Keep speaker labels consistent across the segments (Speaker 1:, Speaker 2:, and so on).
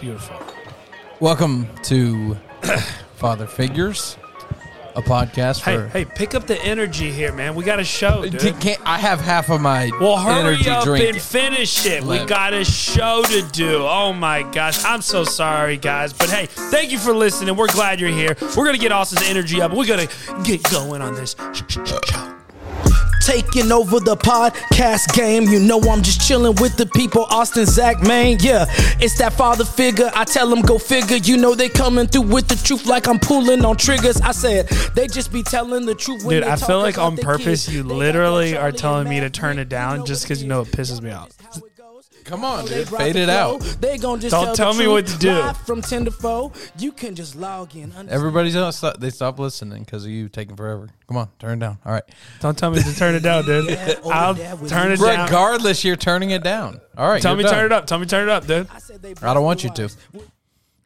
Speaker 1: Beautiful.
Speaker 2: Welcome to Father Figures, a podcast
Speaker 1: Hey,
Speaker 2: for.
Speaker 1: hey, pick up the energy here, man. We got a show, dude.
Speaker 2: T- can't- I have half of my
Speaker 1: well, hurry
Speaker 2: energy
Speaker 1: up
Speaker 2: drink.
Speaker 1: and finish it. We
Speaker 2: Left.
Speaker 1: got a show to do. Oh my gosh, I'm so sorry, guys. But hey, thank you for listening. We're glad you're here. We're gonna get Austin's energy up. We're gonna get going on this sh- sh- sh- show.
Speaker 3: Taking over the podcast game. You know I'm just chilling with the people. Austin, Zach, man, yeah. It's that father figure. I tell them go figure. You know they coming through with the truth like I'm pulling on triggers. I said they just be telling the truth. When
Speaker 1: Dude,
Speaker 3: they
Speaker 1: I feel
Speaker 3: talking
Speaker 1: like
Speaker 3: about
Speaker 1: on
Speaker 3: their
Speaker 1: purpose
Speaker 3: kids.
Speaker 1: you
Speaker 3: They got
Speaker 1: literally
Speaker 3: no
Speaker 1: are
Speaker 3: Charlie
Speaker 1: telling
Speaker 3: and
Speaker 1: me to
Speaker 3: Mac.
Speaker 1: turn it down
Speaker 3: know
Speaker 1: just
Speaker 3: what
Speaker 1: 'cause you know it pisses
Speaker 3: is.
Speaker 1: me off.
Speaker 3: That's how it goes.
Speaker 2: Come on,
Speaker 3: They
Speaker 2: dude.
Speaker 3: rock
Speaker 2: Fade
Speaker 3: the
Speaker 2: it out.
Speaker 3: flow. They gon' just
Speaker 1: Don't
Speaker 3: the
Speaker 1: tell me
Speaker 3: truth
Speaker 1: what to do.
Speaker 3: live From 10 to 4, you can just log in.
Speaker 2: Everybody's else, they stop listening because of you taking forever. Come on, turn it down. All right.
Speaker 1: Don't tell me to turn it down, dude.
Speaker 3: over
Speaker 1: I'll
Speaker 3: there with
Speaker 1: turn
Speaker 3: you.
Speaker 1: it down.
Speaker 2: Regardless, you're turning it down. All right.
Speaker 1: Tell
Speaker 2: you're
Speaker 1: me
Speaker 2: done.
Speaker 1: turn it up. Tell me turn it up, dude.
Speaker 3: I said they
Speaker 2: I don't want you to.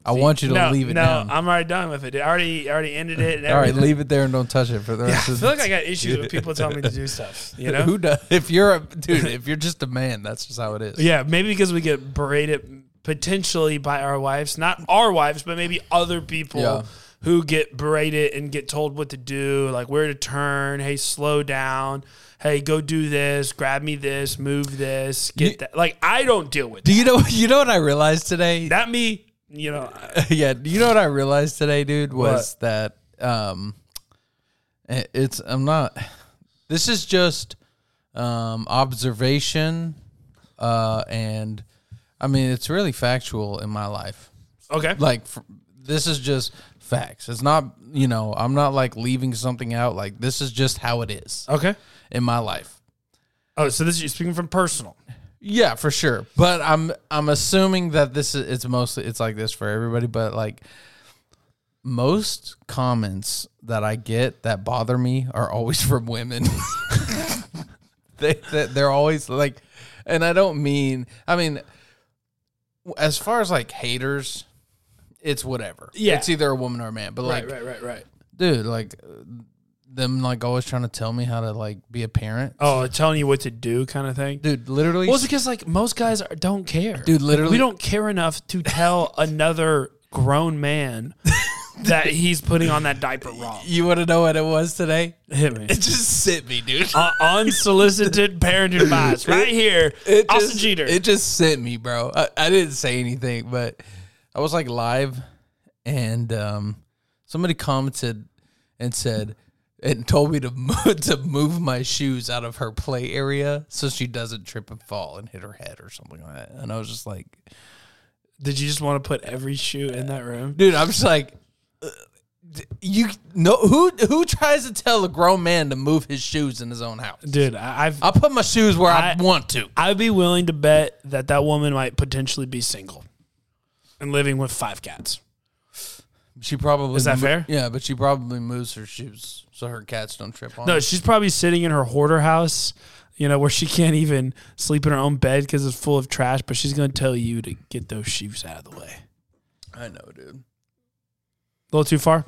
Speaker 2: I want you to
Speaker 1: no,
Speaker 2: leave it
Speaker 1: no,
Speaker 2: down.
Speaker 1: I'm already done with it. Dude. I already, I already ended it. And
Speaker 2: All right,
Speaker 1: everything.
Speaker 2: leave it there and don't touch it for the
Speaker 1: I
Speaker 2: rest
Speaker 1: feel
Speaker 2: of the
Speaker 1: like I got issues with people telling me to do stuff. You know?
Speaker 2: Who does? If you're a dude, if you're just a man, that's just how it is.
Speaker 1: yeah, maybe because we get berated potentially by our wives, not our wives, but maybe other people
Speaker 2: Yeah.
Speaker 1: who get berated and get told what to do, like where to turn. Hey, slow down. Hey, go do this. Grab me this. Move this. Get
Speaker 2: You-
Speaker 1: that. Like I don't deal with
Speaker 2: Do
Speaker 1: that.
Speaker 2: you know? You know what I realized today?
Speaker 1: that. Me, you know, I-
Speaker 2: yeah. Do you know what I realized today, dude? Was that um, i- it's I'm not. This is just um observation, uh, and I mean it's really factual in my life.
Speaker 1: okay.
Speaker 2: Like f this is just facts. It's not you know I'm not like leaving something out. Like this is just how it is
Speaker 1: Okay.
Speaker 2: in my life.
Speaker 1: Oh, so this is you're speaking from personal.
Speaker 2: Yeah, for sure. But I'm I'm assuming that this is it's mostly it's like this for everybody, but like most comments that I get that bother me are always from women. they, they they're always like and I don't mean I mean as far as like haters, it's whatever.
Speaker 1: Yeah.
Speaker 2: It's either a woman or a man. But like
Speaker 1: right, right, right.
Speaker 2: dude, like uh, them like always trying to tell me how to like be a parent.
Speaker 1: Oh, telling you what to do, kind of thing.
Speaker 2: Dude, literally
Speaker 1: Well, it's because like most guys are, don't care,
Speaker 2: Dude, literally-
Speaker 1: we don't care enough to tell another grown man that he's putting on that diaper wrong.
Speaker 2: you want to know what it was today?
Speaker 1: Hit me.
Speaker 2: just sent me, dude.
Speaker 1: Uh, unsolicited parent advice, right here, Austin
Speaker 2: just,
Speaker 1: Jeter.
Speaker 2: It just sent me, bro. I, I didn't say anything, but I was like live, and um, somebody commented and said and told me to move, to move my shoes out of her play area so she doesn't trip and fall and hit her head or something like that. And I was just like,
Speaker 1: Did you just want to put every shoe in that room?
Speaker 2: dude, I'm just like. uh, d- You know who who tries to tell a grown man to move his shoes in his own house?
Speaker 1: Dude, I, I've
Speaker 2: I put my shoes where I
Speaker 1: I-
Speaker 2: want to.
Speaker 1: I'd be willing to bet that that woman might potentially be single and living with five cats.
Speaker 2: She probably
Speaker 1: Is that
Speaker 2: mo-
Speaker 1: fair?
Speaker 2: Yeah, but she probably moves her shoes so her cats don't trip on.
Speaker 1: No,
Speaker 2: them.
Speaker 1: she's probably sitting in her hoarder house, you know, where she can't even sleep in her own bed because it's full of trash. But she's going to tell you to get those shoes out of the way.
Speaker 2: I know, dude.
Speaker 1: A little too far.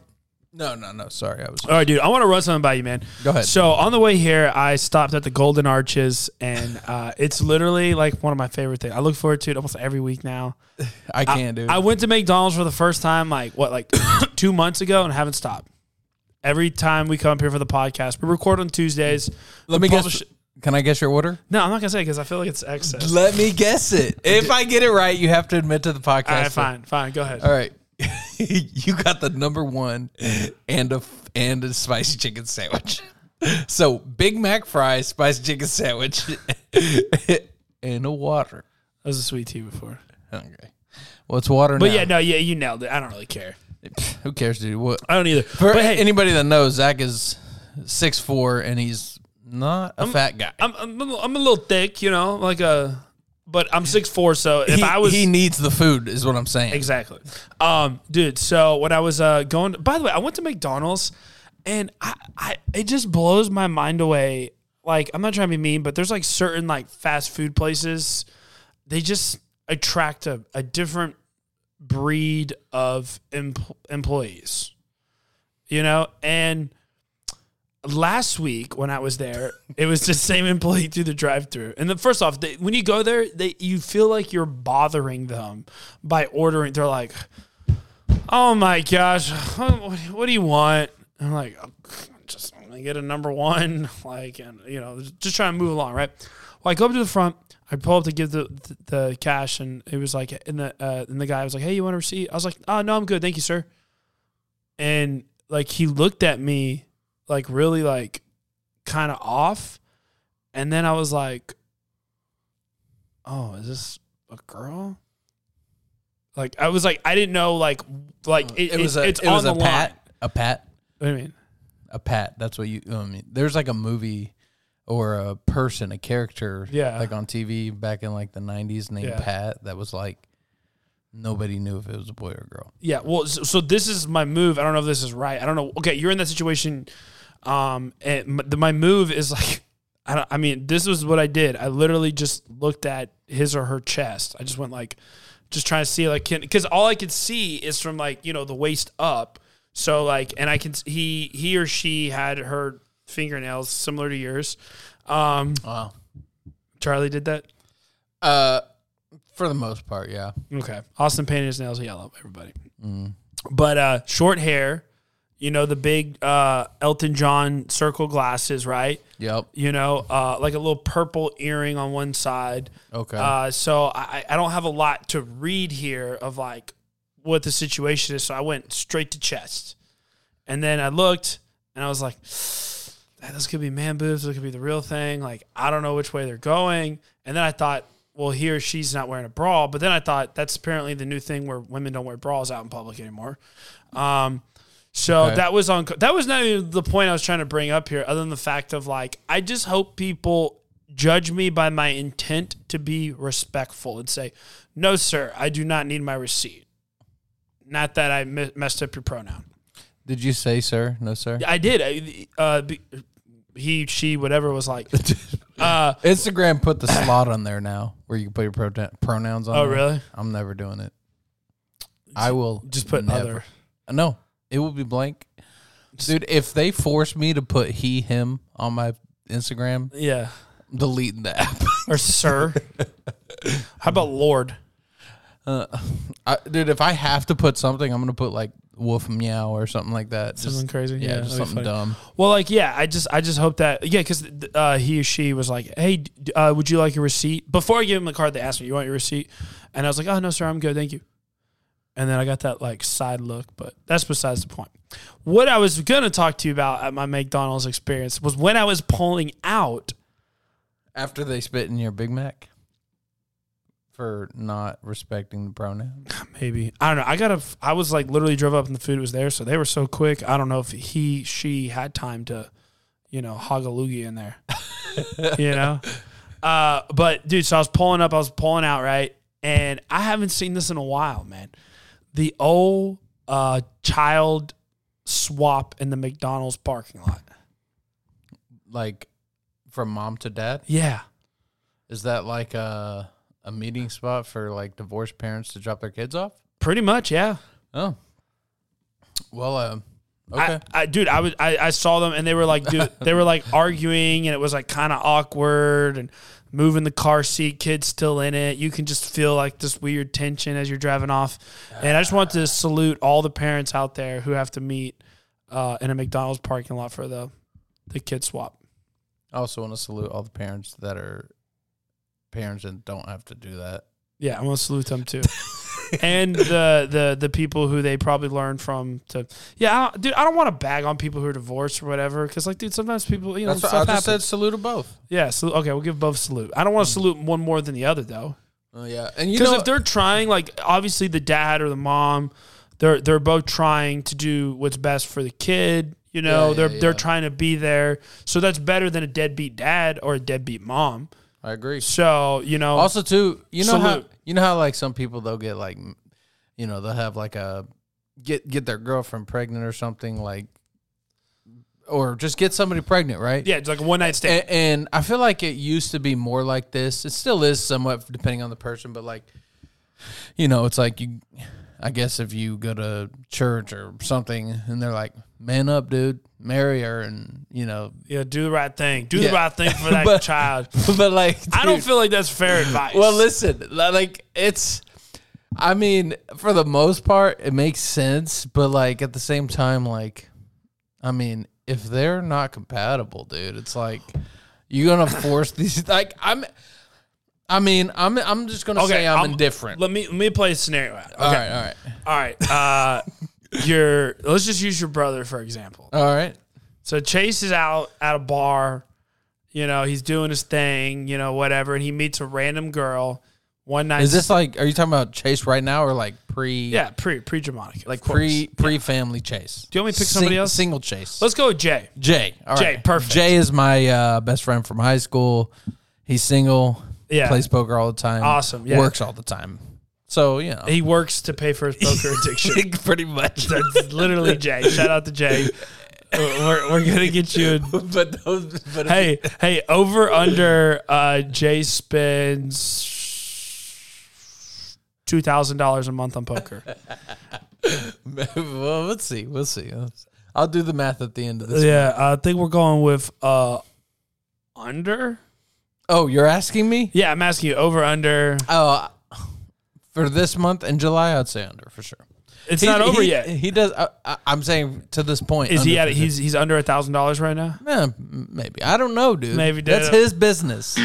Speaker 2: No, no, no. Sorry, I was.
Speaker 1: All right, dude. I want to run something by you, man.
Speaker 2: Go ahead.
Speaker 1: So on the way here, I stopped at the Golden Arches, and uh, it's literally like one of my favorite things. I look forward to it almost every week now.
Speaker 2: I can, dude.
Speaker 1: I went to McDonald's for the first time, like what, like two months ago, and haven't stopped. Every time we come up here for the podcast, we record on Tuesdays.
Speaker 2: Let me
Speaker 1: publish-
Speaker 2: guess. Can I guess your order?
Speaker 1: No, I'm not gonna say because I feel like it's excess.
Speaker 2: Let me guess it. If I get it right, you have to admit to the podcast.
Speaker 1: All right, fine, fine. Go ahead.
Speaker 2: All right. you got the number one and a f- and a spicy chicken sandwich. So Big Mac fries, spicy chicken sandwich, and a water.
Speaker 1: That was a sweet tea before.
Speaker 2: Okay. Well, it's water
Speaker 1: But
Speaker 2: now.
Speaker 1: yeah, no, yeah, you nailed it. I don't really care.
Speaker 2: Who cares, dude? What?
Speaker 1: I don't either.
Speaker 2: For
Speaker 1: but hey,
Speaker 2: anybody that knows, Zach is six four and he's not a fat guy.
Speaker 1: I'm, I'm a little- I'm a little thick, you know, like a. But I'm six four, so if
Speaker 2: he,
Speaker 1: I was
Speaker 2: he needs the food, is what I'm saying.
Speaker 1: exactly, um, dude. So when I was uh going, by the way, I went to McDonald's, and I, I it just blows my mind away. Like I'm not trying to be mean, but there's like certain like fast food places, they just attract a, a different breed of em- employees, you know, and last week when I was there, it was the same employee through the drive-through. And the first off, they, when you go there, they you feel like you're bothering them by ordering. They're like, "Oh my gosh, what, what do you want?" And I'm like, "I'm "Just I'm gonna get a number one, like, and you know, just trying to move along, right?" Well, I go up to the front. I pull up to give the the, the cash, and it was like, and the uh, and the guy was like, "Hey, you want a receipt?" I was like, "Oh no, I'm good, thank you, sir." And like he looked at me like really like kind of off and then i was like oh is this a girl like i was like i didn't know like like it, was it's
Speaker 2: Uh, it was a
Speaker 1: on the
Speaker 2: pat,
Speaker 1: line
Speaker 2: a pat,
Speaker 1: what do you mean
Speaker 2: a pat. That's what you. I mean, there's like a movie or a person, a character,
Speaker 1: Yeah.
Speaker 2: like on TV back in like the '90s named
Speaker 1: Yeah.
Speaker 2: Pat. That was like nobody knew if it was a boy or a girl.
Speaker 1: yeah well so, so this is my move i don't know if this is right i don't know okay you're in that situation um and my, the, my move is like I, don't, I mean this was what i did i literally just looked at his or her chest i just went like just trying to see like can because all i could see is from like you know the waist up so like and i can s- he he or she had her fingernails similar to yours um
Speaker 2: Wow.
Speaker 1: charlie did that
Speaker 2: Uh, for the most part, yeah.
Speaker 1: Okay. Austin painted his nails yellow, everybody. But uh short hair, you know, the big uh Elton John circle glasses, right?
Speaker 2: Yep.
Speaker 1: You know, uh like a little purple earring on one side.
Speaker 2: Okay.
Speaker 1: Uh so I, I don't have a lot to read here of like what the situation is. So I went straight to chest. And then I looked and I was like, "Man, this could be man boobs, this could be the real thing. Like, I don't know which way they're going. And then I thought, well, he or she's not wearing a bra. But then I thought that's apparently the new thing where women don't wear bras out in public anymore. Um, so
Speaker 2: Okay.
Speaker 1: that was on. That was not even the point I was trying to bring up here, other than the fact of like, I just hope people judge me by my intent to be respectful and say, "No, sir, I do not need my receipt." Not that I me- messed up your pronoun.
Speaker 2: Did you say, sir? No, sir.
Speaker 1: I did. I, uh, be- he, she, whatever was like. uh,
Speaker 2: Instagram put the slot on there now where you can put your pronoun pronouns on.
Speaker 1: oh,
Speaker 2: there.
Speaker 1: really?
Speaker 2: I'm never doing it. I will
Speaker 1: Just put
Speaker 2: never.
Speaker 1: other.
Speaker 2: No, it will be blank. Dude, if they force me to put he, him on my Instagram,
Speaker 1: Yeah.
Speaker 2: I'm deleting the app.
Speaker 1: Or sir. How about Lord?
Speaker 2: Uh, I, dude, if I have to put something, I'm going to put like wolf meow or something like that. Just-
Speaker 1: Something crazy?
Speaker 2: Yeah,
Speaker 1: Yeah, that'd
Speaker 2: just
Speaker 1: be
Speaker 2: something
Speaker 1: funny.
Speaker 2: dumb.
Speaker 1: Well, like, yeah, I just, I just hope that, yeah, because uh, he or she was like, "Hey, d- uh, would you like your receipt?" Before I gave him the card, they asked me, "You want your receipt?" And I was like, "Oh no, sir, I'm good, thank you." And then I got that like side look, but that's besides the point. What I was gonna talk to you about at my McDonald's experience was when I was pulling out.
Speaker 2: After they spit in your Big Mac for not respecting the pronoun.
Speaker 1: Maybe I don't know. I got a. I was like literally drove up and the food was there, so they were so quick. I don't know if he she had time to, you know, hog a loogie in there. you know, uh, but dude, so I was pulling up, I was pulling out right, and I haven't seen this in a while, man. The old uh, child swap in the McDonald's parking lot.
Speaker 2: Like from mom to dad?
Speaker 1: Yeah,
Speaker 2: Is that like a, a meeting spot for like divorced parents to drop their kids off?
Speaker 1: pretty much. Yeah.
Speaker 2: Oh. Well, um, okay.
Speaker 1: I, I dude, I was I, I saw them and they were like dude they were like arguing and it was like kinda awkward and moving the car seat, kids still in it. You can just feel like this weird tension as you're driving off. And I just want to salute all the parents out there who have to meet uh, in a McDonald's parking lot for the the kid swap.
Speaker 2: I also want to salute all the parents that are parents and don't have to do that.
Speaker 1: Yeah, I'm gonna salute them too. and the, the the people who they probably learned from to yeah I don't, dude I don't want to bag on people who are divorced or whatever because like dude sometimes people you know
Speaker 2: That's what
Speaker 1: stuff
Speaker 2: I just
Speaker 1: happens.
Speaker 2: said. Salute to both.
Speaker 1: Yeah, so okay, we'll give both salute. I don't want to salute one more than the other though,
Speaker 2: Oh yeah, and Mm. you
Speaker 1: because
Speaker 2: know,
Speaker 1: if they're trying, like obviously the dad or the mom, they're they're both trying to do what's best for the kid. You know,
Speaker 2: Yeah,
Speaker 1: they're
Speaker 2: yeah,
Speaker 1: they're
Speaker 2: yeah.
Speaker 1: trying to be there, so that's better than a deadbeat dad or a deadbeat mom.
Speaker 2: I agree.
Speaker 1: So you know,
Speaker 2: Also, too, you know how
Speaker 1: Salute.
Speaker 2: you know how like some people they'll get like, m- you know, they'll have like a get get their girlfriend pregnant or something like, or just get somebody pregnant, right?
Speaker 1: yeah, it's like a one night stand.
Speaker 2: and, and I feel like it used to be more like this. It still is somewhat depending on the person, but like, you know, it's like you. I guess if you go to church or something and they're like, "Man up, dude, marry her," and you know,
Speaker 1: Yeah, do the right thing. Do
Speaker 2: Yeah.
Speaker 1: the right thing for that
Speaker 2: But-
Speaker 1: child.
Speaker 2: but like,
Speaker 1: I don't
Speaker 2: dude,
Speaker 1: feel like that's fair advice.
Speaker 2: Well, listen, like it's. I mean, for the most part, it makes sense, but like at the same time, like, I mean, if they're not compatible, dude, it's like you're gonna force these. Like, I'm. I mean, I'm. I'm just gonna say I'm, indifferent.
Speaker 1: Let me let me play a scenario. out.
Speaker 2: All
Speaker 1: Okay.
Speaker 2: right, all right,
Speaker 1: All right. Uh, your let's just use your brother for example.
Speaker 2: all right.
Speaker 1: So Chase is out at a bar, you know, he's doing his thing, you know, whatever, and he meets a random girl one night.
Speaker 2: Is this like? Are you talking about Chase right now, or like pre?
Speaker 1: yeah pre pre Germanic?
Speaker 2: like pre pre family Chase.
Speaker 1: Do you want me to pick somebody else?
Speaker 2: Single Chase.
Speaker 1: Let's go with Jay.
Speaker 2: Jay. All
Speaker 1: Jay,
Speaker 2: right.
Speaker 1: perfect.
Speaker 2: Jay is my uh, best friend from high school. He's single.
Speaker 1: Yeah.
Speaker 2: Plays poker all the time.
Speaker 1: Awesome, yeah.
Speaker 2: Works all the time. So you know,
Speaker 1: He works to pay for his poker addiction.
Speaker 2: pretty much.
Speaker 1: That's literally Jay. Shout out to Jay. We're, we're gonna get you. A,
Speaker 2: but those, but
Speaker 1: hey, hey, over under. Uh, Jay spends two thousand dollars a month on poker.
Speaker 2: well, let's see. We'll see. Let's- I'll do the math at the end of this.
Speaker 1: yeah, I think we're going with uh, under.
Speaker 2: Oh, you're asking me?
Speaker 1: Yeah, I'm asking you over under.
Speaker 2: Oh, I- for this month in July, I'd say under for sure.
Speaker 1: It's
Speaker 2: He-
Speaker 1: not over
Speaker 2: he-
Speaker 1: yet.
Speaker 2: He does. I, I, I'm saying to this point.
Speaker 1: Is he
Speaker 2: under
Speaker 1: at?
Speaker 2: for
Speaker 1: He's he's under a thousand dollars right now.
Speaker 2: Eh, maybe I don't know, dude.
Speaker 1: Maybe
Speaker 2: that's
Speaker 1: don't-
Speaker 2: his business.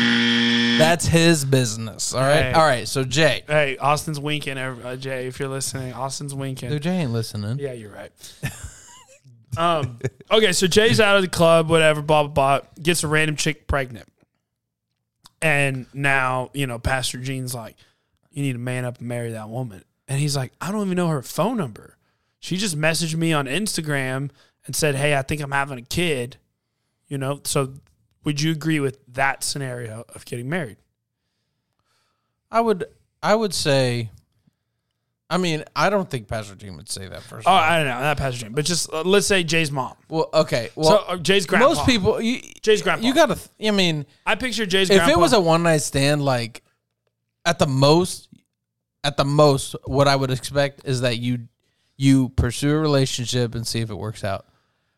Speaker 2: That's his business. All right,
Speaker 1: Hey.
Speaker 2: all right. So Jay,
Speaker 1: Hey, Austin's winking. Uh, Jay, if you're listening, Austin's winking.
Speaker 2: dude, Jay ain't listening.
Speaker 1: Yeah, you're right. um, okay, so Jay's out of the club, whatever, blah, blah, blah. Gets a random chick pregnant. And now, you know, Pastor Gene's like, you need to man up and marry that woman. And he's like, I don't even know her phone number. She just messaged me on Instagram and said, hey, I think I'm having a kid. You know, so would you agree with that scenario of getting married?
Speaker 2: I would, I would say. I mean, I don't think Pastor Gene would say that first.
Speaker 1: Oh, I don't know, not Pastor Gene, but just uh, let's say Jay's mom.
Speaker 2: well, okay. Well,
Speaker 1: so uh, Jay's grandpa.
Speaker 2: most people, you,
Speaker 1: Jay's grandpa.
Speaker 2: you gotta. th- I mean,
Speaker 1: I picture Jay's
Speaker 2: if
Speaker 1: grandpa.
Speaker 2: it was a one night stand, like at the most, at the most, what I would expect is that you you pursue a relationship and see if it works out.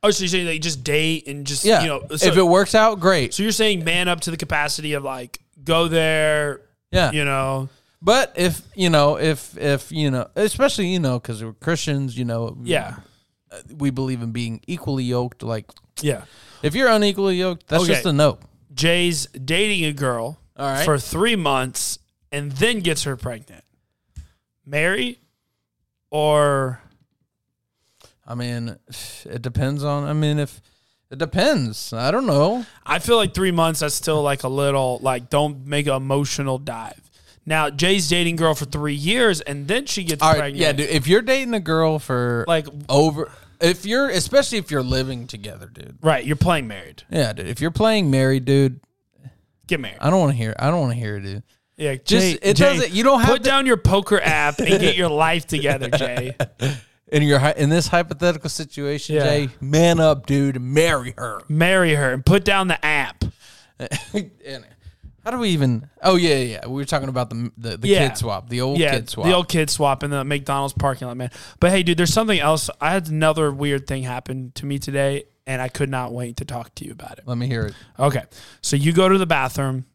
Speaker 1: Oh, so you're saying they just date and just
Speaker 2: Yeah,
Speaker 1: you know? So,
Speaker 2: if it works out, great.
Speaker 1: so you're saying man up to the capacity of like go there,
Speaker 2: yeah,
Speaker 1: you know?
Speaker 2: But if you know, if if you know, especially you know, because we're Christians, you know, uh,
Speaker 1: Yeah,
Speaker 2: we believe in being equally yoked. Like
Speaker 1: yeah.
Speaker 2: if you're unequally yoked, that's
Speaker 1: Okay.
Speaker 2: just a no.
Speaker 1: Jay's dating a girl
Speaker 2: All right.
Speaker 1: for three months and then gets her pregnant. Marry or
Speaker 2: I mean, it depends on. I mean, if it depends, I don't know.
Speaker 1: I feel like three months. That's still like a little like don't make an emotional dive. Now Jay's dating girl for three years and then she gets
Speaker 2: All right,
Speaker 1: pregnant.
Speaker 2: yeah, dude. If you're dating a girl for
Speaker 1: Like
Speaker 2: over, if you're especially if you're living together, dude.
Speaker 1: right, you're playing married.
Speaker 2: Yeah, dude. If you're playing married, dude,
Speaker 1: Get married.
Speaker 2: I don't want to hear. I don't want to hear it, dude.
Speaker 1: Yeah,
Speaker 2: Uh, Just-
Speaker 1: Jay,
Speaker 2: it
Speaker 1: Jay,
Speaker 2: doesn't- you don't have
Speaker 1: put
Speaker 2: to-
Speaker 1: down your poker app and get your life together, Jay.
Speaker 2: In your hy- in this hypothetical situation,
Speaker 1: Yeah.
Speaker 2: Jay, man up, dude. Marry her.
Speaker 1: Marry her and put down the app.
Speaker 2: And how do we even? Oh yeah, yeah. yeah. We were talking about the the, the
Speaker 1: Yeah.
Speaker 2: kid swap, the old
Speaker 1: yeah,
Speaker 2: kid swap.
Speaker 1: the old kid swap in the McDonald's parking lot, man. But hey, dude, there's something else. I had another weird thing happen to me today, and I could not wait to talk to you about it.
Speaker 2: Let me hear it.
Speaker 1: Okay, so you go to the bathroom.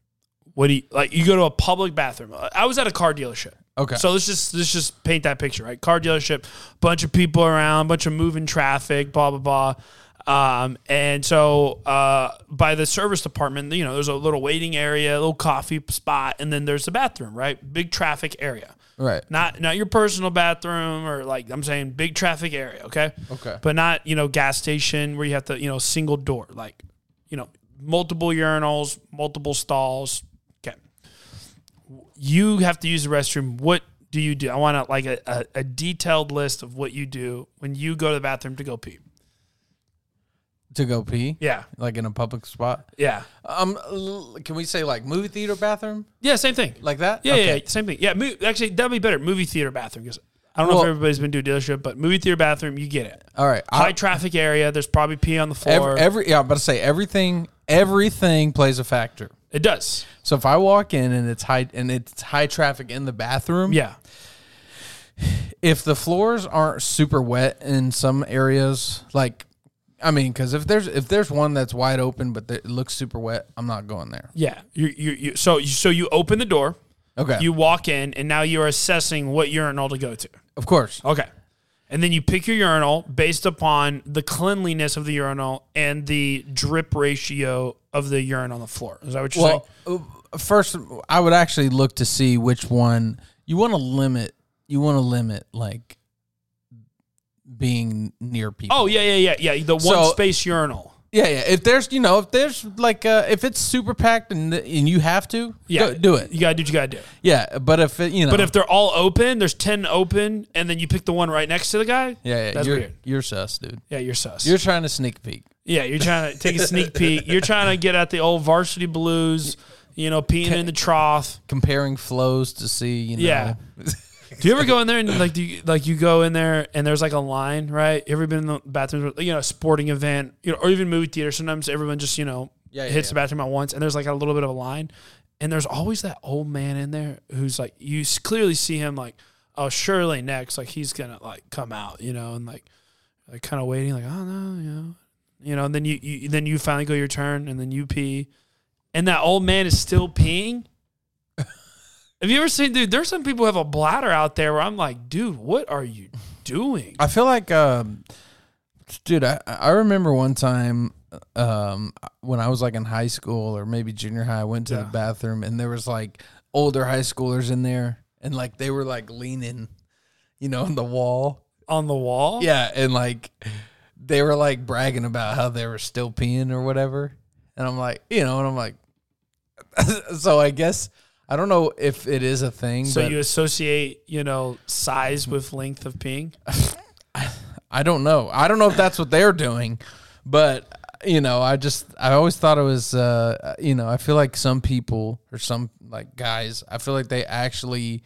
Speaker 1: What do you like? You go to a public bathroom. I was at a car dealership.
Speaker 2: Okay.
Speaker 1: So let's just let's just paint that picture, right? Car dealership, bunch of people around, bunch of moving traffic, blah blah blah. Um, and so uh, by the service department, you know, there's a little waiting area, a little coffee spot, and then there's the bathroom, right? Big traffic area.
Speaker 2: Right.
Speaker 1: Not not your personal bathroom or like I'm saying big traffic area, okay?
Speaker 2: Okay.
Speaker 1: But not, you know, gas station where you have to, you know, single door, like, you know, multiple urinals, multiple stalls. Okay. You have to use the restroom. What do you do? I want a, like a, a, a detailed list of what you do when you go to the bathroom to go pee.
Speaker 2: To go pee,
Speaker 1: Yeah.
Speaker 2: like in a public spot.
Speaker 1: Yeah.
Speaker 2: Um, l- can we say like movie theater bathroom,
Speaker 1: Yeah, same thing.
Speaker 2: like that?
Speaker 1: Yeah,
Speaker 2: Okay.
Speaker 1: yeah, yeah, same thing. Yeah, mo- actually, that'd be better. Movie theater bathroom. 'cause I don't know if
Speaker 2: Well-
Speaker 1: everybody's been to a dealership, but movie theater bathroom, you get it.
Speaker 2: All right.
Speaker 1: High
Speaker 2: I,
Speaker 1: traffic area. There's probably pee on the floor.
Speaker 2: every, every yeah, I'm about to say everything. Everything plays a factor.
Speaker 1: it does.
Speaker 2: So if I walk in and it's high and it's high traffic in the bathroom,
Speaker 1: Yeah.
Speaker 2: if the floors aren't super wet in some areas, like I mean, because if there's if there's one that's wide open but that it looks super wet, I'm not going there.
Speaker 1: Yeah. You, you, you, so, you, so you open the door,
Speaker 2: Okay,
Speaker 1: you walk in, and now you're assessing what urinal to go to.
Speaker 2: of course.
Speaker 1: Okay. And then you pick your urinal based upon the cleanliness of the urinal and the drip ratio of the urine on the floor. Is that what you're
Speaker 2: Well, uh, first, I would actually look to see which one you want to limit. You want to limit like being near people.
Speaker 1: saying? Oh, yeah, yeah, yeah, yeah. The one
Speaker 2: So-
Speaker 1: space urinal.
Speaker 2: yeah, yeah. If there's, you know, if there's like, uh, if it's super packed and and you have to,
Speaker 1: Yeah.
Speaker 2: go- do it.
Speaker 1: You got to do what you got to do.
Speaker 2: Yeah, but if it, you know,
Speaker 1: But if they're all open, there's 10 open, and then you pick the one right next to the guy.
Speaker 2: yeah, yeah,
Speaker 1: that's
Speaker 2: you're
Speaker 1: weird.
Speaker 2: you're sus, dude.
Speaker 1: Yeah, you're sus.
Speaker 2: You're trying to sneak peek.
Speaker 1: yeah, you're trying to take a sneak peek. You're trying to get at the old varsity blues, you know, peeing in the trough.
Speaker 2: comparing flows to see, you know.
Speaker 1: Yeah. Do you ever go in there and like do you, like you go in there and there's like a line, right? You ever been in the bathroom, you know, a sporting event, you know, or even movie theater? Sometimes everyone just you know
Speaker 2: Yeah, yeah,
Speaker 1: hits
Speaker 2: yeah.
Speaker 1: the bathroom at once, and there's like a little bit of a line, and there's always that old man in there who's like you s- clearly see him like oh surely next like he's gonna like come out, you know, and like like kind of waiting like oh no you know you know and then you, you then you finally go your turn and then you pee, and that old man is still peeing. Have you ever seen, dude? There's some people who have a bladder out there where I'm like, dude, what are you doing?
Speaker 2: I feel like, um, dude, I, I remember one time um, when I was like in high school or maybe junior high, I went to the
Speaker 1: Yeah.
Speaker 2: bathroom and there was like older high schoolers in there and like they were like leaning, you know, on the wall.
Speaker 1: On the wall?
Speaker 2: Yeah. And like they were like bragging about how they were still peeing or whatever. And I'm like, you know, and I'm like, so I guess. I don't know if it is a thing.
Speaker 1: So
Speaker 2: but
Speaker 1: you associate, you know, size with length of peeing?
Speaker 2: I don't know. I don't know if that's what they're doing, but you know, I just I always thought it was uh you know, I feel like some people or some like guys, I feel like they actually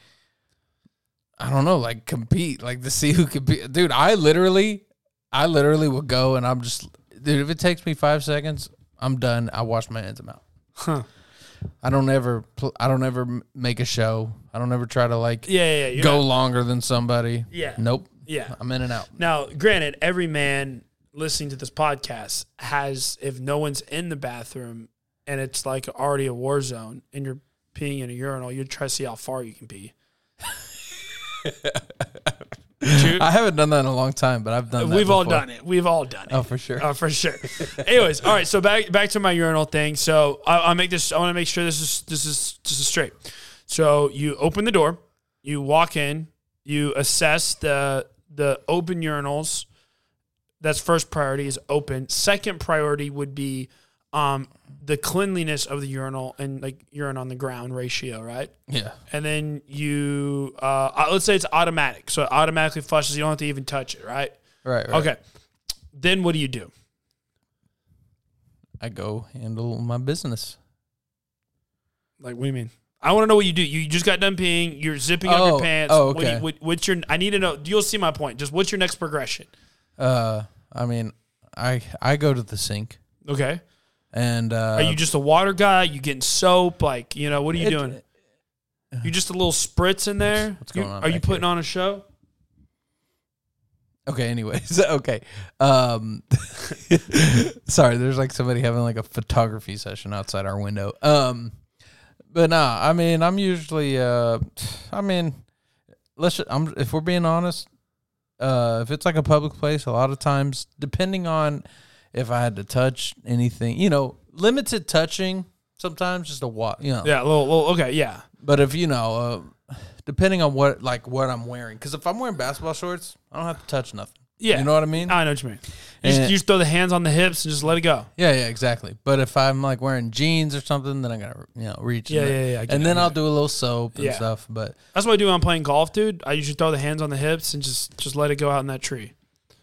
Speaker 2: I don't know, like compete, like to see who could be dude, I literally I literally will go and I'm just dude, if it takes me 5 seconds, I'm done. I wash my hands I'm out.
Speaker 1: Huh.
Speaker 2: I don't ever pl- I don't ever m- make a show. I don't ever try to like
Speaker 1: Yeah, yeah, yeah. you're
Speaker 2: go
Speaker 1: not-
Speaker 2: longer than somebody.
Speaker 1: Yeah.
Speaker 2: Nope.
Speaker 1: yeah.
Speaker 2: I'm in and out.
Speaker 1: Now, granted, every man listening to this podcast has, if no one's in the bathroom and it's like already a war zone and you're peeing in a urinal, you try to see how far you can pee. True.
Speaker 2: I haven't done that in a long time, but I've done. That
Speaker 1: We've all
Speaker 2: before.
Speaker 1: done it. We've all done it.
Speaker 2: Oh, for sure.
Speaker 1: Oh, for sure. Anyways, all right. So back back to my urinal thing. So I, I'll make this. I want to make sure this is this is this is straight. So you open the door, you walk in, you assess the the open urinals. That's first priority is open. Second priority would be um, the cleanliness of the urinal and like urine on the ground ratio, right?
Speaker 2: Yeah.
Speaker 1: and then you uh, uh, let's say it's automatic, so it automatically flushes. You don't have to even touch it, right?
Speaker 2: Right. right.
Speaker 1: Okay. Then what do you do?
Speaker 2: I go handle my business.
Speaker 1: Like, what do you mean? I want to know what you do. You just got done peeing. You're zipping up your
Speaker 2: Oh,
Speaker 1: pants.
Speaker 2: oh,
Speaker 1: What do you-
Speaker 2: okay.
Speaker 1: what- what's your? I need to know. You'll see my point. Just what's your next progression?
Speaker 2: Uh, I mean, I I go to the sink
Speaker 1: Okay.
Speaker 2: and uh,
Speaker 1: Are you just a water guy? You getting soap? Like, you know, what are you
Speaker 2: It- uh,
Speaker 1: doing? You just a little spritz in there.
Speaker 2: What's going
Speaker 1: You-
Speaker 2: on
Speaker 1: Are you
Speaker 2: back
Speaker 1: putting on a show?
Speaker 2: okay? Anyways, okay. Um, sorry, there's like somebody having like a photography session outside our window. Um, but nah, I mean, I'm usually uh, I mean, let's. ju- I'm if we're being honest, uh, if it's like a public place, a lot of times, depending on if I had to touch anything, you know, limited touching. Sometimes just a walk, you know.
Speaker 1: Yeah. A little, little. Okay. Yeah.
Speaker 2: But if you know, uh, depending on what like what I'm wearing, because if I'm wearing basketball shorts, I don't have to touch nothing.
Speaker 1: Yeah.
Speaker 2: you know what I mean.
Speaker 1: I know what you mean. You just,
Speaker 2: And-
Speaker 1: you just throw the hands on the hips and just let it go.
Speaker 2: yeah, yeah, exactly. But if I'm like wearing jeans or something, then I gotta you know reach.
Speaker 1: Yeah,
Speaker 2: in
Speaker 1: yeah,
Speaker 2: it.
Speaker 1: yeah, I get
Speaker 2: And
Speaker 1: it,
Speaker 2: then
Speaker 1: I
Speaker 2: I'll do a little soap and
Speaker 1: Yeah.
Speaker 2: stuff. But
Speaker 1: That's what I do when I'm playing golf, dude. I usually throw the hands on the hips and just just let it go out in that tree.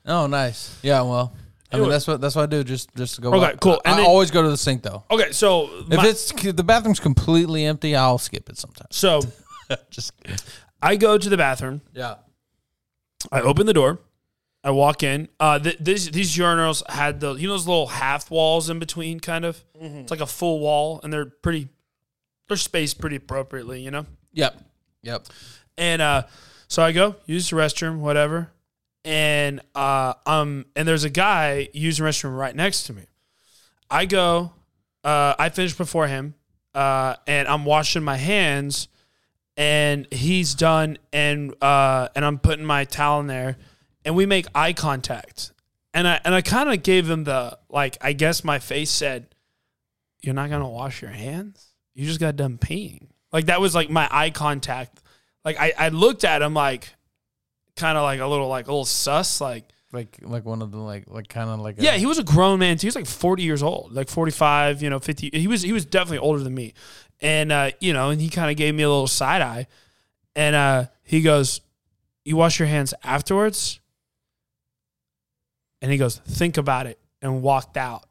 Speaker 2: oh, nice. Yeah, well, I mean
Speaker 1: Anyway.
Speaker 2: that's what that's what I do. Just just to go.
Speaker 1: Okay,
Speaker 2: out.
Speaker 1: cool.
Speaker 2: I,
Speaker 1: And
Speaker 2: I
Speaker 1: then-
Speaker 2: always go to the sink though.
Speaker 1: Okay, so
Speaker 2: If
Speaker 1: my-
Speaker 2: it's if the bathroom's completely empty, I'll skip it sometimes.
Speaker 1: so
Speaker 2: Just
Speaker 1: I go to the bathroom.
Speaker 2: yeah.
Speaker 1: I open the door. I walk in. Uh, th- these these urinals had the you know those little half walls in between, kind of. It's like a full wall, and they're pretty. They're spaced pretty appropriately, you know.
Speaker 2: Yep. Yep.
Speaker 1: And uh, So I go use the restroom, whatever, and uh, um, and there's a guy using the restroom right next to me. I go, uh, I finish before him, uh, and I'm washing my hands, and he's done, and uh, and I'm putting my towel in there, and we make eye contact, and I and I kind of gave him the like, I guess my face said, "You're not gonna wash your hands. You just got done peeing." Like that was like my eye contact. Like I, I looked at him like, kind of like a little like a little sus like.
Speaker 2: Like like one of the like like kind of like a-
Speaker 1: Yeah, he was a grown man. too. He was like 40 years old, like 45, you know, 50. He was he was definitely older than me. And uh, you know, and he kind of gave me a little side eye. And uh he goes, "You wash your hands afterwards?" And he goes, "Think about it." And walked out.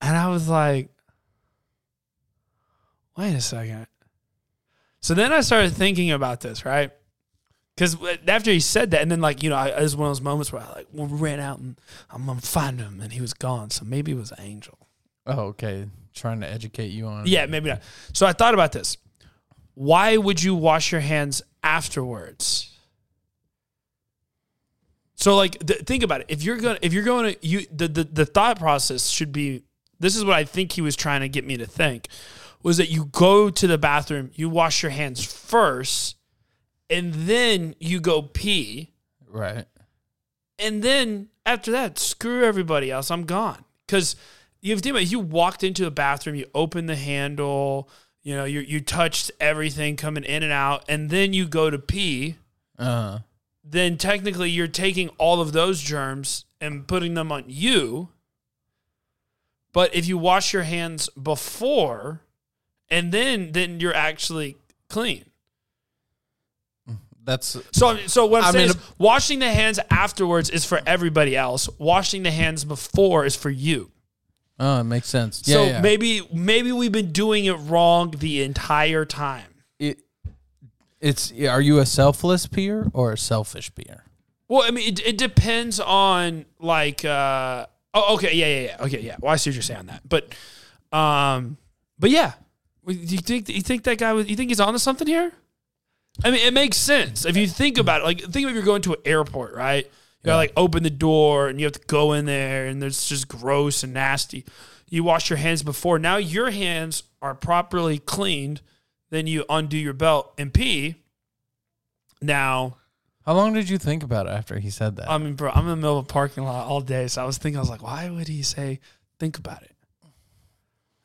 Speaker 1: And I was like, "Wait a second. So then I started thinking about this, right? Because after he said that, and then like you know, I, it was one of those moments where I like well, ran out and I'm gonna find him, and he was gone. So maybe it was an angel.
Speaker 2: oh okay trying to educate you on
Speaker 1: Yeah, maybe not. So I thought about this. Why would you wash your hands afterwards? So like th- think about it. If you're going to if you're going to you the, the the thought process should be this is what I think he was trying to get me to think was that you go to the bathroom, you wash your hands first, and then you go pee.
Speaker 2: right
Speaker 1: And then after that, screw everybody else. I'm gone. Because you have to think about it, you walked into the bathroom, you opened the handle, you know, you you touched everything coming in and out, and then you go to pee.
Speaker 2: uh
Speaker 1: Then technically, you're taking all of those germs and putting them on you. But if you wash your hands before, and then then you're actually clean.
Speaker 2: that's
Speaker 1: So, so what I'm
Speaker 2: I
Speaker 1: saying
Speaker 2: mean-
Speaker 1: is, washing the hands afterwards is for everybody else. Washing the hands before is for you.
Speaker 2: oh it makes sense yeah,
Speaker 1: so
Speaker 2: yeah.
Speaker 1: maybe, maybe we've been doing it wrong the entire time.
Speaker 2: it, it's are you a selfless peer or a selfish peer
Speaker 1: Well, I mean, it, it depends on like. Uh, oh, okay, yeah, yeah, yeah. Okay, yeah. Well, I see what you're saying on that, but, um, but yeah, Well, do you think you think that guy was? You think he's onto something here? I mean, it makes sense if you think about it. Like, think if you're going to an airport, right? You gotta like open the door and you have to go in there, and it's just gross and nasty. You wash your hands before. Now your hands are properly cleaned. Then you undo your belt and pee. Now
Speaker 2: how long did you think about it after he said that
Speaker 1: I mean, bro, I'm in the middle of a parking lot all day, so I was thinking, I was like, why would he say, think about it?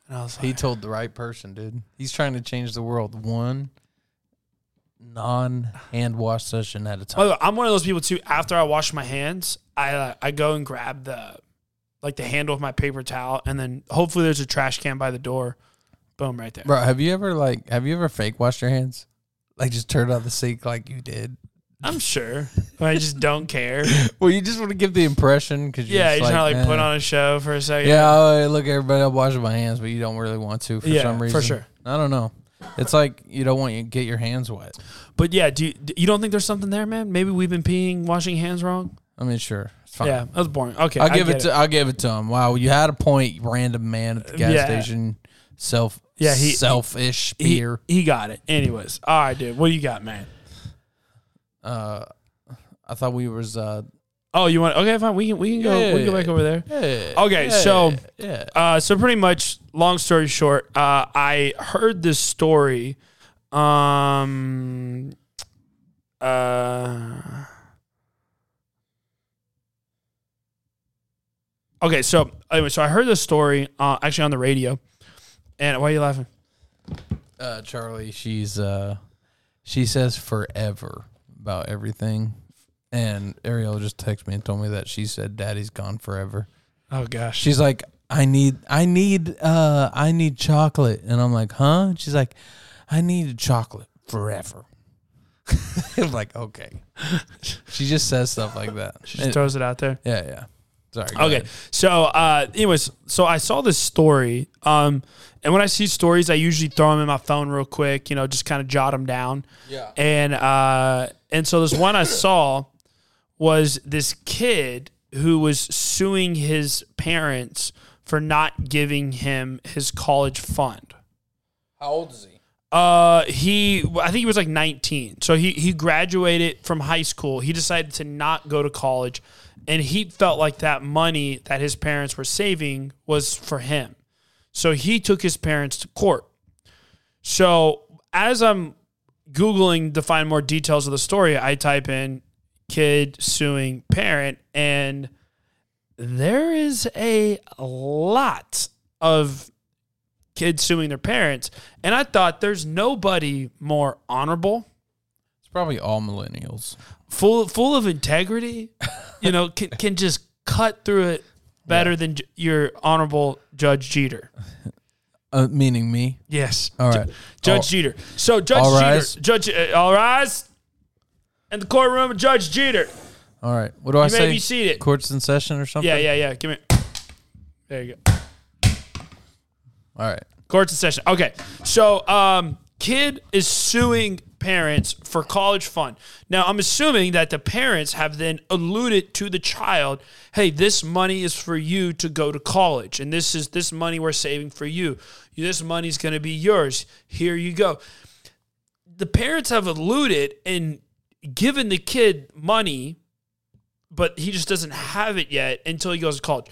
Speaker 1: And I was like,
Speaker 2: He told the right person, dude. He's trying to change the world one non hand wash session at a
Speaker 1: by
Speaker 2: time.
Speaker 1: the way, I'm one of those people too. After I wash my hands, I uh, I go and grab the like the handle of my paper towel, and then hopefully there's a trash can by the door. Boom, right there.
Speaker 2: Bro, have you ever like have you ever fake washed your hands? Like just turned on the sink like you did.
Speaker 1: I'm sure. But I just don't care.
Speaker 2: Well, you just want to give the impression because
Speaker 1: yeah,
Speaker 2: just
Speaker 1: you're trying to like put
Speaker 2: "Eh."
Speaker 1: on a show for a second.
Speaker 2: Yeah, oh, look, everybody, I'm washing my hands, but you don't really want to for
Speaker 1: Yeah,
Speaker 2: some
Speaker 1: for
Speaker 2: reason.
Speaker 1: sure.
Speaker 2: I don't know. It's like you don't want you to get your hands wet.
Speaker 1: But yeah, do you, you don't think there's something there, man? Maybe we've been peeing, washing hands wrong.
Speaker 2: I mean, sure, it's fine.
Speaker 1: Yeah, that was boring. Okay,
Speaker 2: I'll give
Speaker 1: I get
Speaker 2: it to I'll give it to him. Wow, you had a point, random man at the gas
Speaker 1: Yeah.
Speaker 2: station. Self
Speaker 1: Yeah, he-
Speaker 2: selfish
Speaker 1: He-
Speaker 2: beer.
Speaker 1: He, got it. Anyways, all right, dude. What do you got, man?
Speaker 2: uh I thought we was uh
Speaker 1: Oh, you want? Okay, fine. We can we can go we can go back over there. Okay, so
Speaker 2: yeah.
Speaker 1: uh, so pretty much, long story short, uh, I heard this story. Um, uh, okay, so anyway, so I heard this story uh, actually on the radio. And why are you laughing?
Speaker 2: Uh Charlie, she's uh she says forever about everything. And Ariel just texted me and told me that she said daddy's gone forever.
Speaker 1: Oh gosh.
Speaker 2: She's like, I need, I need, uh, I need chocolate. And I'm like, huh? And she's like, I need chocolate forever. I'm like, okay. She just says stuff like that.
Speaker 1: She just throws it out there.
Speaker 2: yeah, yeah. Sorry. go
Speaker 1: Okay.
Speaker 2: ahead.
Speaker 1: So, uh, anyways, so I saw this story. Um, and when I see stories, I usually throw them in my phone real quick, you know, just kind of jot them down.
Speaker 2: Yeah.
Speaker 1: And, uh, and so this one I saw was this kid who was suing his parents for not giving him his college fund.
Speaker 2: How old is he?
Speaker 1: Uh, he I think he was like 19. So he he graduated from high school. He decided to not go to college and he felt like that money that his parents were saving was for him. So he took his parents to court. So as I'm googling to find more details of the story, I type in kid suing parent and there is a lot of kids suing their parents. And I thought there's nobody more honorable,
Speaker 2: It's probably all millennials.
Speaker 1: full full of integrity, you know, can can just cut through it better than j- your honorable Judge Jeter.
Speaker 2: Uh, meaning me.
Speaker 1: Yes.
Speaker 2: All right.
Speaker 1: Judge Jeter. So Judge
Speaker 2: All
Speaker 1: Jeter,
Speaker 2: rise.
Speaker 1: Judge uh, all rise. In the courtroom of Judge Jeter.
Speaker 2: Oh, All, all right. What do I
Speaker 1: may
Speaker 2: say?
Speaker 1: be seated.
Speaker 2: Court's in session or something.
Speaker 1: Yeah, yeah, yeah. Give me There you go.
Speaker 2: All right.
Speaker 1: Court's in session. Okay. So, um, kid is suing parents for college fund. Now, I'm assuming that the parents have then alluded to the child, "Hey, this money is for you to go to college, and this is this money we're saving for you. This money's going to be yours. Here you go." The parents have alluded and given the kid money, but he just doesn't have it yet until he goes to college.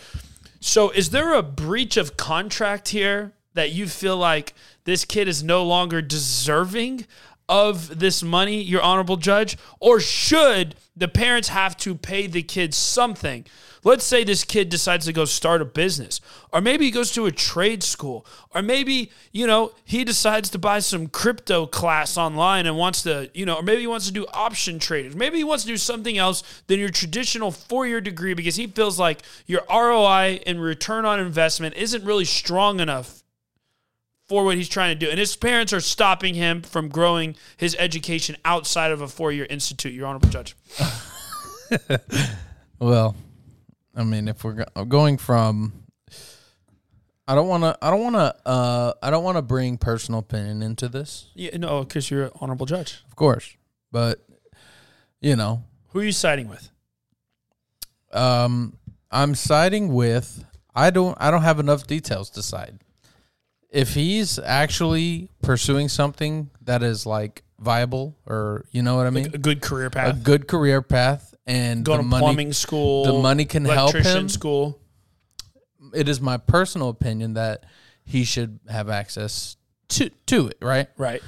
Speaker 1: So, is there a breach of contract here that you feel like this kid is no longer deserving of this money, your honorable judge? Or should the parents have to pay the kid something? Let's say this kid decides to go start a business, or maybe he goes to a trade school, or maybe, you know, he decides to buy some crypto class online and wants to, you know, or maybe he wants to do option trading. Maybe he wants to do something else than your traditional four year degree because he feels like your ROI and return on investment isn't really strong enough for what he's trying to do. And his parents are stopping him from growing his education outside of a four year institute, Your Honorable Judge.
Speaker 2: Well, I mean, if we're go- uh, going from, I don't want to. I don't want to. Uh, I don't want to bring personal opinion into this,
Speaker 1: Yeah, no, because you're an honorable judge.
Speaker 2: of course. But you know,
Speaker 1: Who are you siding with?
Speaker 2: um, I'm siding with. I don't. I don't have enough details to side. If he's actually pursuing something that is like viable, or you know what I mean,
Speaker 1: A good career
Speaker 2: a
Speaker 1: path.
Speaker 2: good career path, and
Speaker 1: Go
Speaker 2: the
Speaker 1: to
Speaker 2: money,
Speaker 1: plumbing school.
Speaker 2: the money can help
Speaker 1: electrician
Speaker 2: him.
Speaker 1: School.
Speaker 2: it is my personal opinion that he should have access to to it, right?
Speaker 1: Right.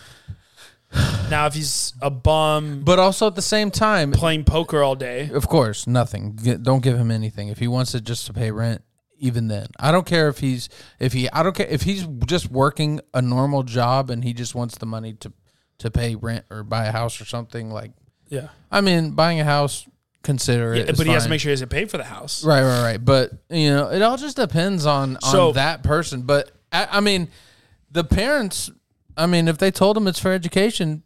Speaker 1: Now, if he's a bum
Speaker 2: But also at the same time,
Speaker 1: playing poker all day,
Speaker 2: of course, nothing. G- Don't give him anything if he wants it just to pay rent. Even then, I don't care if he's if he I don't care if he's just working a normal job and he just wants the money to to pay rent or buy a house or something like.
Speaker 1: yeah.
Speaker 2: I mean, buying a house, consider it.
Speaker 1: but he has to make sure he doesn't pay for the house.
Speaker 2: Right, right, right. But you know, it all just depends on on
Speaker 1: So-
Speaker 2: that person. But I, I mean, the parents. I mean, if they told him it's for education,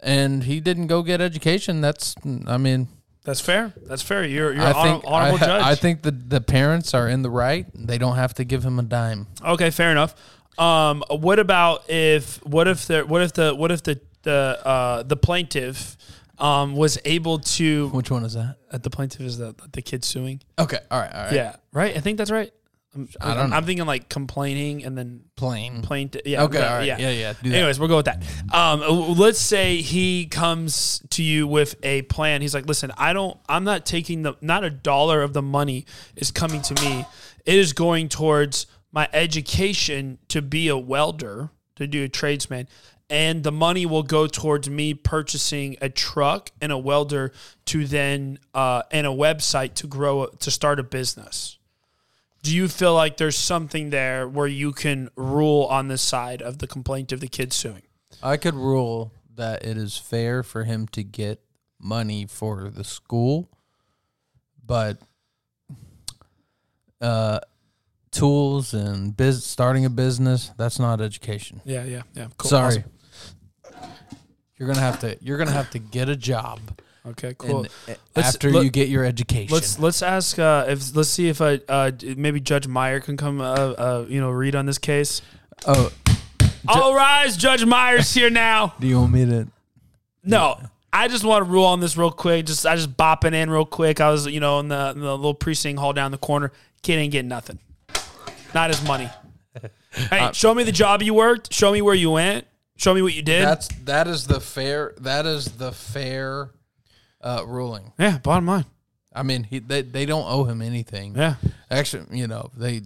Speaker 2: and he didn't go get education, that's. I mean,
Speaker 1: That's fair. That's fair. You're you're
Speaker 2: I
Speaker 1: an honor-
Speaker 2: think
Speaker 1: honorable
Speaker 2: I,
Speaker 1: judge.
Speaker 2: I think the the parents are in the right. They don't have to give him a dime.
Speaker 1: okay, fair enough. Um, what about if what if the what if the what if the the uh, the plaintiff um, was able to
Speaker 2: Which one is that?
Speaker 1: uh, the plaintiff is the the kid suing?
Speaker 2: Okay, all right, all right.
Speaker 1: Yeah, right. I think that's right. I'm, I
Speaker 2: don't know.
Speaker 1: I'm thinking like complaining and then
Speaker 2: plain.
Speaker 1: plaintiff. Yeah.
Speaker 2: Okay,
Speaker 1: whatever,
Speaker 2: all right. Yeah, yeah, do that.
Speaker 1: Anyways, we'll go with that. Um, w- let's say he comes to you with a plan. He's like, "Listen, I don't. I'm not taking the. Not a dollar of the money is coming to me. It is going towards my education to be a welder, to do a tradesman." And the money will go towards me purchasing a truck and a welder to then uh, and a website to grow a- to start a business do you feel like there's something there where you can rule on the side of the complaint of the kid suing?
Speaker 2: I could rule that it is fair for him to get money for the school, but uh, tools and biz- starting a business that's not education.
Speaker 1: Yeah, yeah, yeah. Cool.
Speaker 2: Sorry,
Speaker 1: Awesome.
Speaker 2: you're gonna have to you're gonna have to get a job
Speaker 1: Okay, cool.
Speaker 2: and, uh,
Speaker 1: Let's-
Speaker 2: after
Speaker 1: let-
Speaker 2: you get your education.
Speaker 1: Let's let's ask uh, if let's see if I uh, d- maybe Judge Meyer can come uh, uh, you know read on this case.
Speaker 2: oh,
Speaker 1: All rise, Judge Meyer's here now.
Speaker 2: do you want me to?
Speaker 1: No, I just want to rule on this real quick. Just I just bopping in real quick. I was you know in the, in the little precinct hall down the corner. Kid ain't getting nothing. Not his money. Hey, show me the job you worked. Show me where you went. Show me what you did.
Speaker 2: That's that is the fair that is the fair uh, ruling.
Speaker 1: yeah, bottom line.
Speaker 2: I mean, he, they they don't owe him anything.
Speaker 1: Yeah,
Speaker 2: Actually, you know, they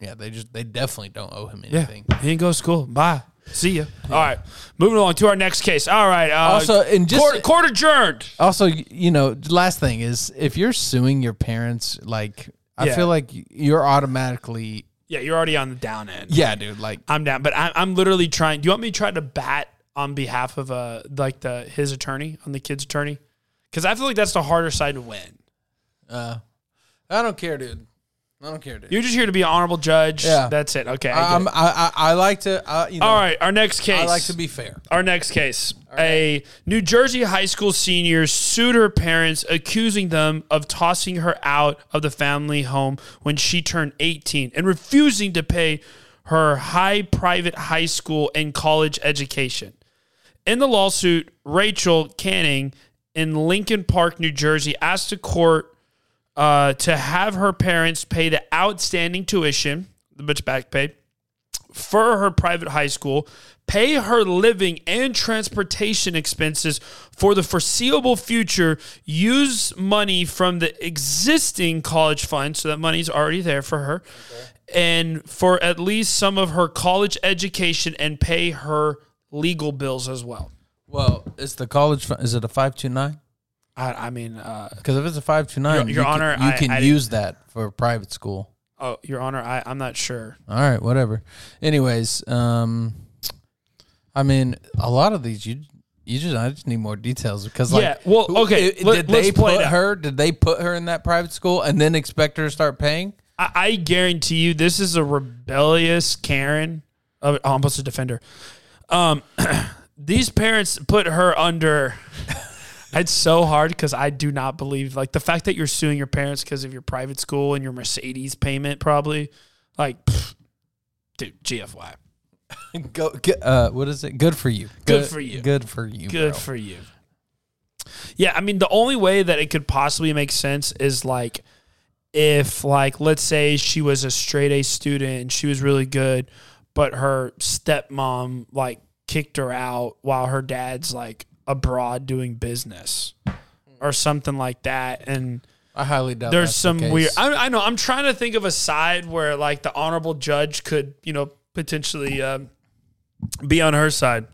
Speaker 2: yeah, they just they definitely don't owe him
Speaker 1: yeah.
Speaker 2: anything.
Speaker 1: He didn't go to school. Bye. See ya. All right, moving along to our next case. All right. Uh,
Speaker 2: Also, and just-
Speaker 1: court, court adjourned.
Speaker 2: Also, y- you know, last thing is if you're suing your parents, like I
Speaker 1: Yeah.
Speaker 2: feel like you're automatically
Speaker 1: Yeah, you're already on the down end.
Speaker 2: yeah, dude. Like
Speaker 1: I'm down, but I'm, I'm literally trying. Do you want me to try to bat on behalf of uh like the his attorney on the kid's attorney? Because I feel like that's the harder side to win.
Speaker 2: uh, I don't care, dude. I don't care, dude.
Speaker 1: You're just here to be an honorable judge.
Speaker 2: Yeah.
Speaker 1: that's it. Okay. I get
Speaker 2: I, I'm,
Speaker 1: it.
Speaker 2: I, I I like to uh, you know
Speaker 1: All right, our next case.
Speaker 2: I like to be fair.
Speaker 1: Our next case a New Jersey high school senior sued her parents, accusing them of tossing her out of the family home when she turned 18 and refusing to pay her high private high school and college education. In the lawsuit, Rachel Canning in Lincoln Park, New Jersey, asked the court uh, to have her parents pay the outstanding tuition, the bitch back paid for her private high school, pay her living and transportation expenses for the foreseeable future, use money from the existing college fund, so that money's already there for her, and for at least some of her college education and pay her legal bills as well.
Speaker 2: Well, it's the college. fund. Is it a five two nine?
Speaker 1: I, I mean, uh,
Speaker 2: Because if it's a five two nine,
Speaker 1: Your- Your
Speaker 2: you
Speaker 1: Honor,
Speaker 2: can, you
Speaker 1: I-
Speaker 2: can
Speaker 1: I didn't-
Speaker 2: use that for private school.
Speaker 1: oh, Your Honor, I, I'm not sure.
Speaker 2: All right, whatever. Anyways, um, I mean, a lot of these you you just I just need more details because like
Speaker 1: Yeah, well,
Speaker 2: who-
Speaker 1: okay,
Speaker 2: i-
Speaker 1: let-
Speaker 2: did they
Speaker 1: let's play it
Speaker 2: put
Speaker 1: out.
Speaker 2: her? Did they put her in that private school and then expect her to start paying?
Speaker 1: I, I guarantee you, this is a rebellious Karen. Of, oh, I'm supposed to defend her. Um, these parents put her under. it's so hard because I do not believe like the fact that you're suing your parents because of your private school and your Mercedes payment probably. Like, pfft, dude, GFY,
Speaker 2: Go, g- uh, what is it? Good for you.
Speaker 1: Good for you.
Speaker 2: Good for you.
Speaker 1: good
Speaker 2: bro.
Speaker 1: for you. Yeah, I mean the only way that it could possibly make sense is like if like let's say she was a straight A student and she was really good, but her stepmom like kicked her out while her dad's like abroad doing business or something like that and
Speaker 2: I highly doubt
Speaker 1: there's
Speaker 2: that's the
Speaker 1: some
Speaker 2: case.
Speaker 1: weird I, I know i'm trying to think of a side where like the honorable judge could you know potentially um, be on her side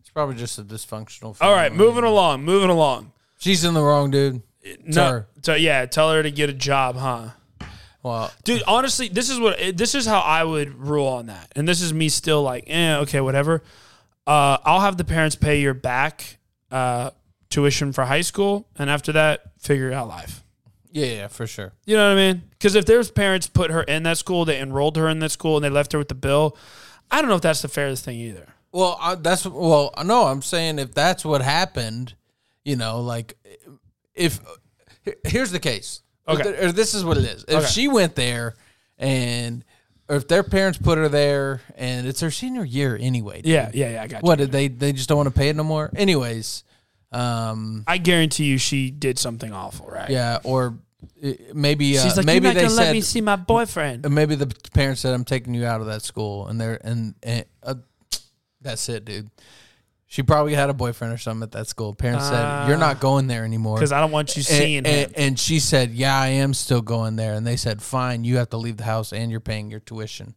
Speaker 2: It's probably just a dysfunctional.
Speaker 1: all right
Speaker 2: family.
Speaker 1: moving along moving along
Speaker 2: She's in the wrong, dude. Tell
Speaker 1: No,
Speaker 2: her.
Speaker 1: so yeah, tell her to get a job, huh?
Speaker 2: Well,
Speaker 1: Dude, honestly, this is what this is how I would rule on that, and this is me still like, eh, okay, whatever. Uh, I'll have the parents pay your back uh, tuition for high school, and after that, figure out life.
Speaker 2: yeah, yeah, for sure.
Speaker 1: You know what I mean? Because if there's parents put her in that school, they enrolled her in that school, and they left her with the bill, I don't know if that's the fairest thing either.
Speaker 2: Well, I, that's well. No, I'm saying if that's what happened, you know, like if here- here's the case.
Speaker 1: Okay.
Speaker 2: Or this is what it is. If
Speaker 1: Okay.
Speaker 2: she went there, and or if their parents put her there, and it's her senior year anyway. dude.
Speaker 1: Yeah, yeah, yeah. I got you.
Speaker 2: What did they? They just don't want to pay it no more. Anyways, um,
Speaker 1: I guarantee you, she did something awful, right?
Speaker 2: yeah, or uh, maybe uh,
Speaker 1: She's like,
Speaker 2: maybe
Speaker 1: you're not
Speaker 2: they
Speaker 1: gonna let
Speaker 2: said
Speaker 1: me see my boyfriend.
Speaker 2: uh, maybe the parents said, "I'm taking you out of that school," and they're and, and uh, that's it, dude. She probably had a boyfriend or something at that school. Parents said, "You're not going there anymore."
Speaker 1: Because I don't want you Uh, seeing
Speaker 2: and,
Speaker 1: him.
Speaker 2: and, and she said, "Yeah, I am still going there." And they said, "Fine, you have to leave the house, and you're paying your tuition."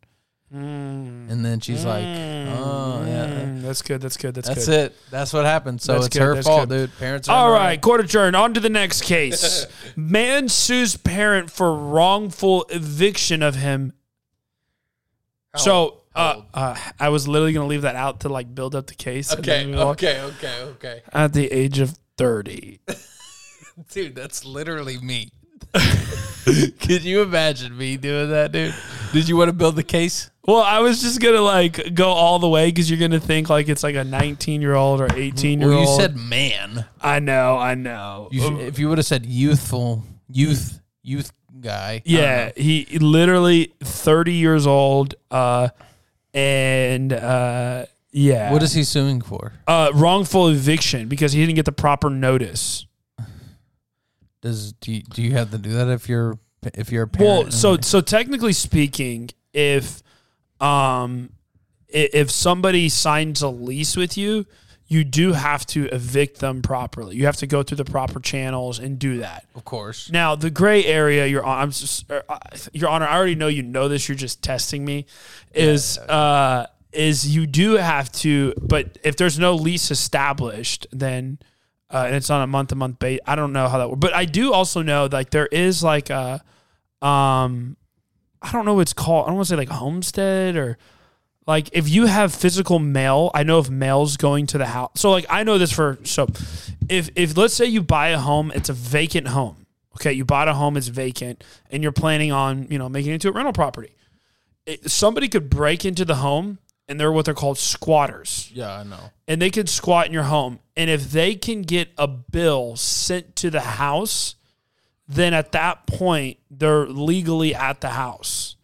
Speaker 2: And then she's like, "Oh, yeah."
Speaker 1: Mm, that's good. That's good. That's,
Speaker 2: That's
Speaker 1: good.
Speaker 2: it. That's what happened. So
Speaker 1: That's
Speaker 2: it's
Speaker 1: good,
Speaker 2: her
Speaker 1: that's
Speaker 2: fault,
Speaker 1: good.
Speaker 2: dude. Parents. Are
Speaker 1: All
Speaker 2: in the
Speaker 1: right, court adjourned. On to the next case. Man sues parent for wrongful eviction of him. so uh, uh, I was literally going to leave that out to like build up the case. and then we walk-
Speaker 2: Okay. Okay. Okay.
Speaker 1: At the age of 30.
Speaker 2: Dude, that's literally me. Could you imagine me doing that, dude? Did you want to build the case?
Speaker 1: Well, I was just going to like go all the way because you're going to think like it's like a 19 year old or 18 year
Speaker 2: Well,
Speaker 1: old.
Speaker 2: you said man.
Speaker 1: I know, I know.
Speaker 2: You should, if you would have said youthful, youth, youth guy. um, I
Speaker 1: Yeah, he literally 30 years old. Uh, and uh, yeah,
Speaker 2: don't know. What is he suing for?
Speaker 1: uh, wrongful eviction because he didn't get the proper notice.
Speaker 2: Does do you, do you have to do that if you're if you're a parent?
Speaker 1: Well, so so technically speaking, if um i- if somebody signs a lease with you, you do have to evict them properly. You have to go through the proper channels and do that.
Speaker 2: Of course.
Speaker 1: Now, the gray area, Your Honor, I'm just, er, I- Your Honor, I already know you know this. You're just testing me. Is uh, is you do have to, but if there's no lease established, then uh, and it's on a month to month base. I don't know how that works, but I do also know like there is like a, um, I don't know what it's called. I don't want to say like homestead or like if you have physical mail, I know if mail's going to the house. So like I know this for so if if let's say you buy a home, it's a vacant home. Okay, you bought a home, it's vacant, and you're planning on you know making it into a rental property. It, somebody could break into the home, and they're what they're called squatters
Speaker 2: Yeah, I know.
Speaker 1: and they can squat in your home. And if they can get a bill sent to the house, then at that point, they're legally at the house.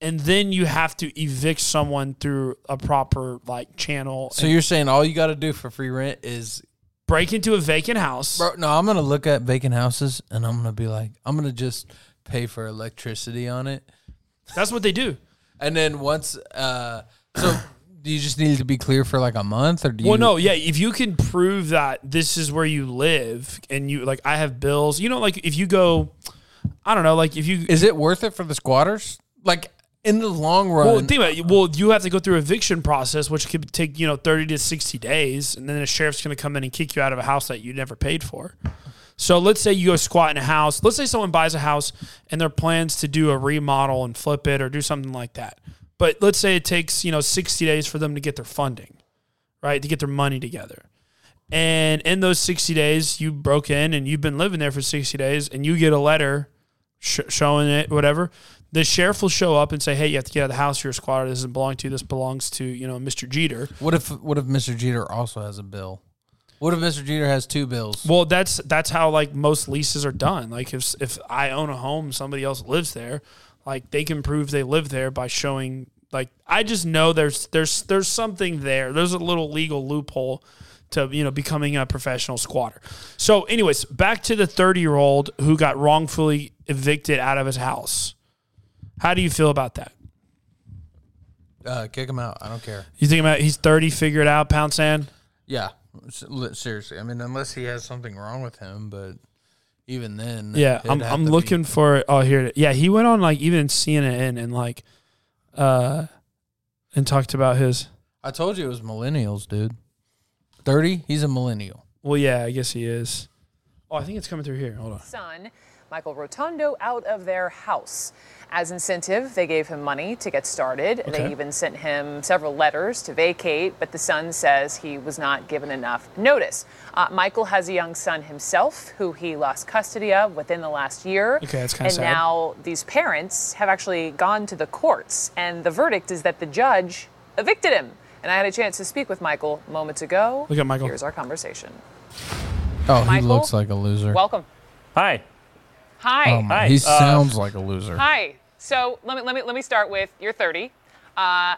Speaker 1: And then you have to evict someone through a proper like channel.
Speaker 2: So you're saying all you got to do for free rent is
Speaker 1: break into a vacant house.
Speaker 2: Bro, no, I'm gonna look at vacant houses and I'm gonna be like, I'm gonna just pay for electricity on it,
Speaker 1: That's what they do.
Speaker 2: and then once, uh, so do you just need it to be clear for like a month, or do you?
Speaker 1: Well, no, yeah. If you can prove that this is where you live and you like, I have bills, you know, like if you go, I don't know, like if you
Speaker 2: Is it worth it for the squatters? Like in the long run,
Speaker 1: Well, think about it. Well, you have to go through eviction process, which could take you know thirty to sixty days, and then the sheriff's going to come in and kick you out of a house that you never paid for. So let's say you go squat in a house. Let's say someone buys a house and their plans to do a remodel and flip it or do something like that. But let's say it takes you know sixty days for them to get their funding, right? To get their money together. And in those 60 days, you broke in and you've been living there for 60 days and you get a letter sh- showing it, whatever. The sheriff will show up and say, Hey, you have to get out of the house. You're a squatter. This doesn't belong to you. This belongs to, you know, Mr. Jeter.
Speaker 2: what if what if Mr. Jeter also has a bill? What if Mr. Jeter has two bills?
Speaker 1: Well, that's that's how like most leases are done. Like if if I own a home, somebody else lives there, like they can prove they live there by showing like I just know there's there's there's something there. There's a little legal loophole to you know becoming a professional squatter. So anyways, back to the 30-year-old who got wrongfully evicted out of his house. How do you feel about that?
Speaker 2: Uh, kick him out. I don't care.
Speaker 1: You think about he's 30, figure it out, pound sand?
Speaker 2: Yeah, S- li- seriously. I mean, unless he has something wrong with him, but even then,
Speaker 1: Yeah,
Speaker 2: it'd
Speaker 1: I'm,
Speaker 2: have
Speaker 1: I'm
Speaker 2: to be-
Speaker 1: looking for. Oh, here. it is. Yeah, he went on like even CNN and like, uh, and talked about his.
Speaker 2: I told you it was millennials, dude. Thirty, he's a millennial.
Speaker 1: Well, yeah, I guess he is. Oh, I think it's coming through here. Hold on.
Speaker 4: son, Michael Rotundo, out of their house. As incentive, they gave him money to get started.
Speaker 1: Okay.
Speaker 4: They even sent him several letters to vacate, but the son says he was not given enough notice. Uh, Michael has a young son himself who he lost custody of within the last year.
Speaker 1: Okay, that's kinda
Speaker 4: And
Speaker 1: sad.
Speaker 4: now these parents have actually gone to the courts, and the verdict is that the judge evicted him. And I had a chance to speak with Michael moments ago.
Speaker 1: Look at Michael.
Speaker 4: Here's our conversation.
Speaker 2: Oh, he
Speaker 4: Michael?
Speaker 2: looks like a loser.
Speaker 4: Welcome.
Speaker 5: Hi.
Speaker 4: Hi.
Speaker 2: Oh my-
Speaker 5: Hi,
Speaker 2: He
Speaker 5: uh,
Speaker 2: sounds like a loser.
Speaker 4: Hi. So let me let me let me start with you're 30. Uh,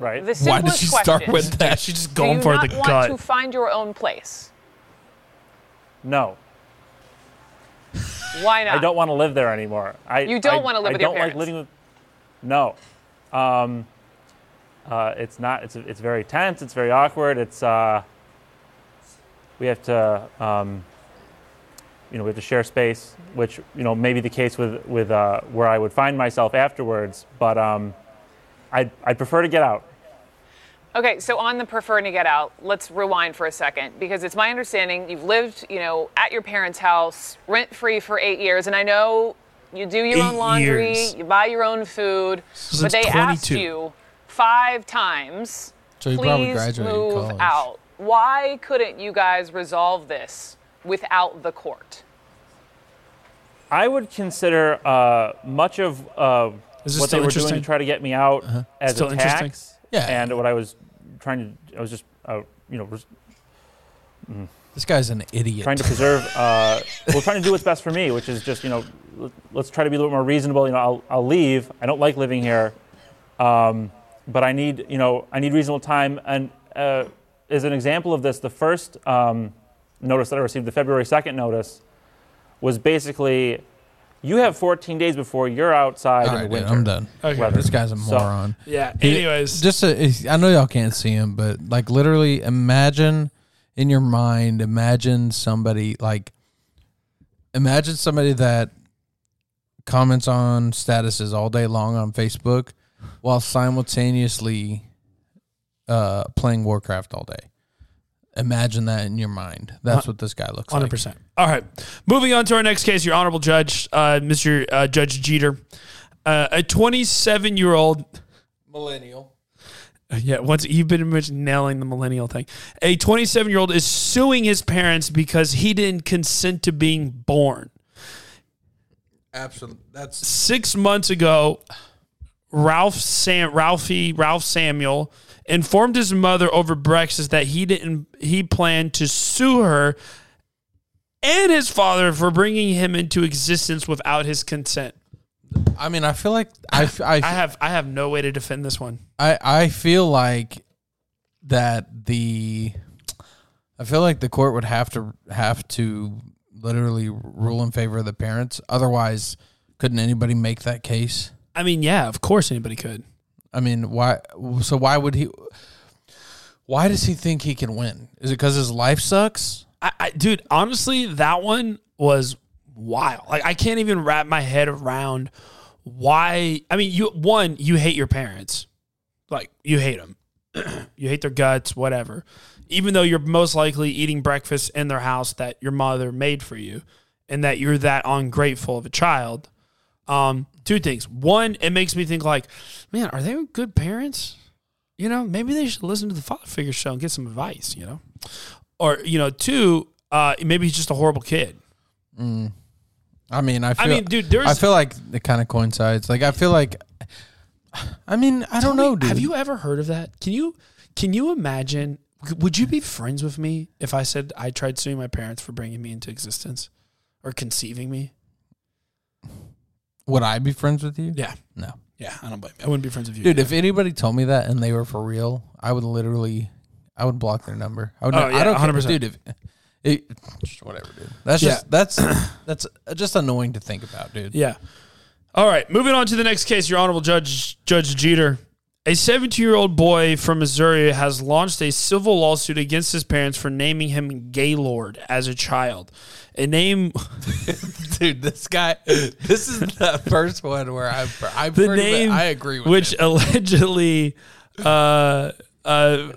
Speaker 5: Right.
Speaker 4: the simplest
Speaker 2: Why did she
Speaker 4: question,
Speaker 2: start with that?
Speaker 1: She's just
Speaker 4: do you
Speaker 1: going for
Speaker 4: not
Speaker 1: the
Speaker 4: want
Speaker 1: gut.
Speaker 4: to find your own place?
Speaker 5: no.
Speaker 4: Why not?
Speaker 5: I don't want to live there anymore. I,
Speaker 4: You don't
Speaker 5: I-
Speaker 4: wanna live
Speaker 5: I
Speaker 4: with your
Speaker 5: don't
Speaker 4: parents.
Speaker 5: like living with. No. Um, uh, it's not. It's it's very tense. It's very awkward. It's uh, we have to. Um, you know, we have to share space, which you know may be the case with with uh, where I would find myself afterwards. But um, I'd I'd prefer to get out.
Speaker 4: Okay, so on the preferring to get out, let's rewind for a second because it's my understanding you've lived, you know, at your parents' house rent free for eight years, and I know you do your own
Speaker 1: Eight
Speaker 4: laundry,
Speaker 1: years.
Speaker 4: you buy your own food, but
Speaker 1: Since
Speaker 4: they asked
Speaker 1: 22.
Speaker 4: you five times,
Speaker 2: So he probably
Speaker 4: please
Speaker 2: graduated
Speaker 4: move
Speaker 2: college."
Speaker 4: out. Why couldn't you guys resolve this without the court?
Speaker 5: I would consider uh, much of uh,
Speaker 1: Is this
Speaker 5: what
Speaker 1: still
Speaker 5: they were doing
Speaker 1: interesting? Uh-huh.
Speaker 5: to try to get me out as
Speaker 1: Still
Speaker 5: a
Speaker 1: interesting?
Speaker 5: tax,
Speaker 2: Yeah.
Speaker 5: and what I was trying to, I was just, uh, you know, res-
Speaker 2: This guy's an idiot.
Speaker 5: trying to preserve. Uh, well, trying to do what's best for me, which is just, you know, l- let's try to be a little more reasonable. You know, I'll, I'll leave. I don't like living here, um, but I need, you know, I need reasonable time. And uh, as an example of this, the first um, notice that I received, the February second notice, was basically You have 14 days before you're outside
Speaker 2: All
Speaker 5: in the
Speaker 2: right, dude,
Speaker 5: winter.
Speaker 2: I'm done.
Speaker 1: Okay.
Speaker 5: Weather.
Speaker 2: This guy's a
Speaker 5: So-
Speaker 2: moron.
Speaker 1: Yeah.
Speaker 2: He-
Speaker 1: Anyways,
Speaker 2: just a, I know y'all can't see him, but like literally, imagine in your mind, imagine somebody like, imagine somebody that comments on statuses all day long on Facebook while simultaneously uh, playing Warcraft all day. Imagine that in your mind. That's what this guy looks
Speaker 1: Hundred
Speaker 2: like.
Speaker 1: percent. All right, moving on to our next case. Your honorable judge, uh, Mr. Uh, judge Jeter, uh, a 27 year old.
Speaker 2: Millennial.
Speaker 1: Yeah, once you've been much nailing the millennial thing. A 27 year old is suing his parents because he didn't consent to being born.
Speaker 2: Absolutely. That's
Speaker 1: Six months ago, Ralph Sam Ralphie Ralph Samuel informed his mother over breakfast that he didn't he planned to sue her and his father for bringing him into existence without his consent.
Speaker 2: I mean, I feel like I, f- I f-
Speaker 1: I have I have no way to defend this one.
Speaker 2: I I feel like that the I feel like the court would have to have to literally rule in favor of the parents. Otherwise, couldn't anybody make that case?
Speaker 1: I mean, yeah, of course anybody could.
Speaker 2: I mean, why? So why would he? Why does he think he can win? Is it because his life sucks?
Speaker 1: I, I dude, honestly, that one was wild. Like I can't even wrap my head around why. I mean, you one, you hate your parents, like you hate them, you hate their guts, whatever. Even though you're most likely eating breakfast in their house that your mother made for you, and that you're that ungrateful of a child. Um, two things. One, it makes me think like, man, are they good parents? You know, maybe they should listen to the father figure show and get some advice. You know or you know, two, uh, maybe he's just a horrible kid.
Speaker 2: I mean, I feel,
Speaker 1: I mean, dude, there's.
Speaker 2: I feel like it kind of coincides. Like I feel like, I mean, I don't know, dude.
Speaker 1: Have you ever heard of that? Can you can you imagine? Would you be friends with me if I said I tried suing my parents for bringing me into existence or conceiving me?
Speaker 2: Would I be friends with you?
Speaker 1: Yeah,
Speaker 2: No.
Speaker 1: yeah, I don't blame. You. I wouldn't be friends with you,
Speaker 2: Dude, if anybody told me that and they were for real, I would literally, I would block their number. I would.
Speaker 1: Oh,
Speaker 2: not,
Speaker 1: yeah,
Speaker 2: I don't
Speaker 1: 100%.
Speaker 2: care, dude. If, it, just whatever, dude. That's just that's that's just annoying to think about, dude.
Speaker 1: Yeah. All right, moving on to the next case, Your Honorable Judge Judge Jeter. A 17-year-old boy from Missouri has launched a civil lawsuit against his parents for naming him Gaylord as a child, a name
Speaker 2: Dude, this guy, this is the first one where I I
Speaker 1: the name
Speaker 2: I agree with
Speaker 1: which allegedly uh uh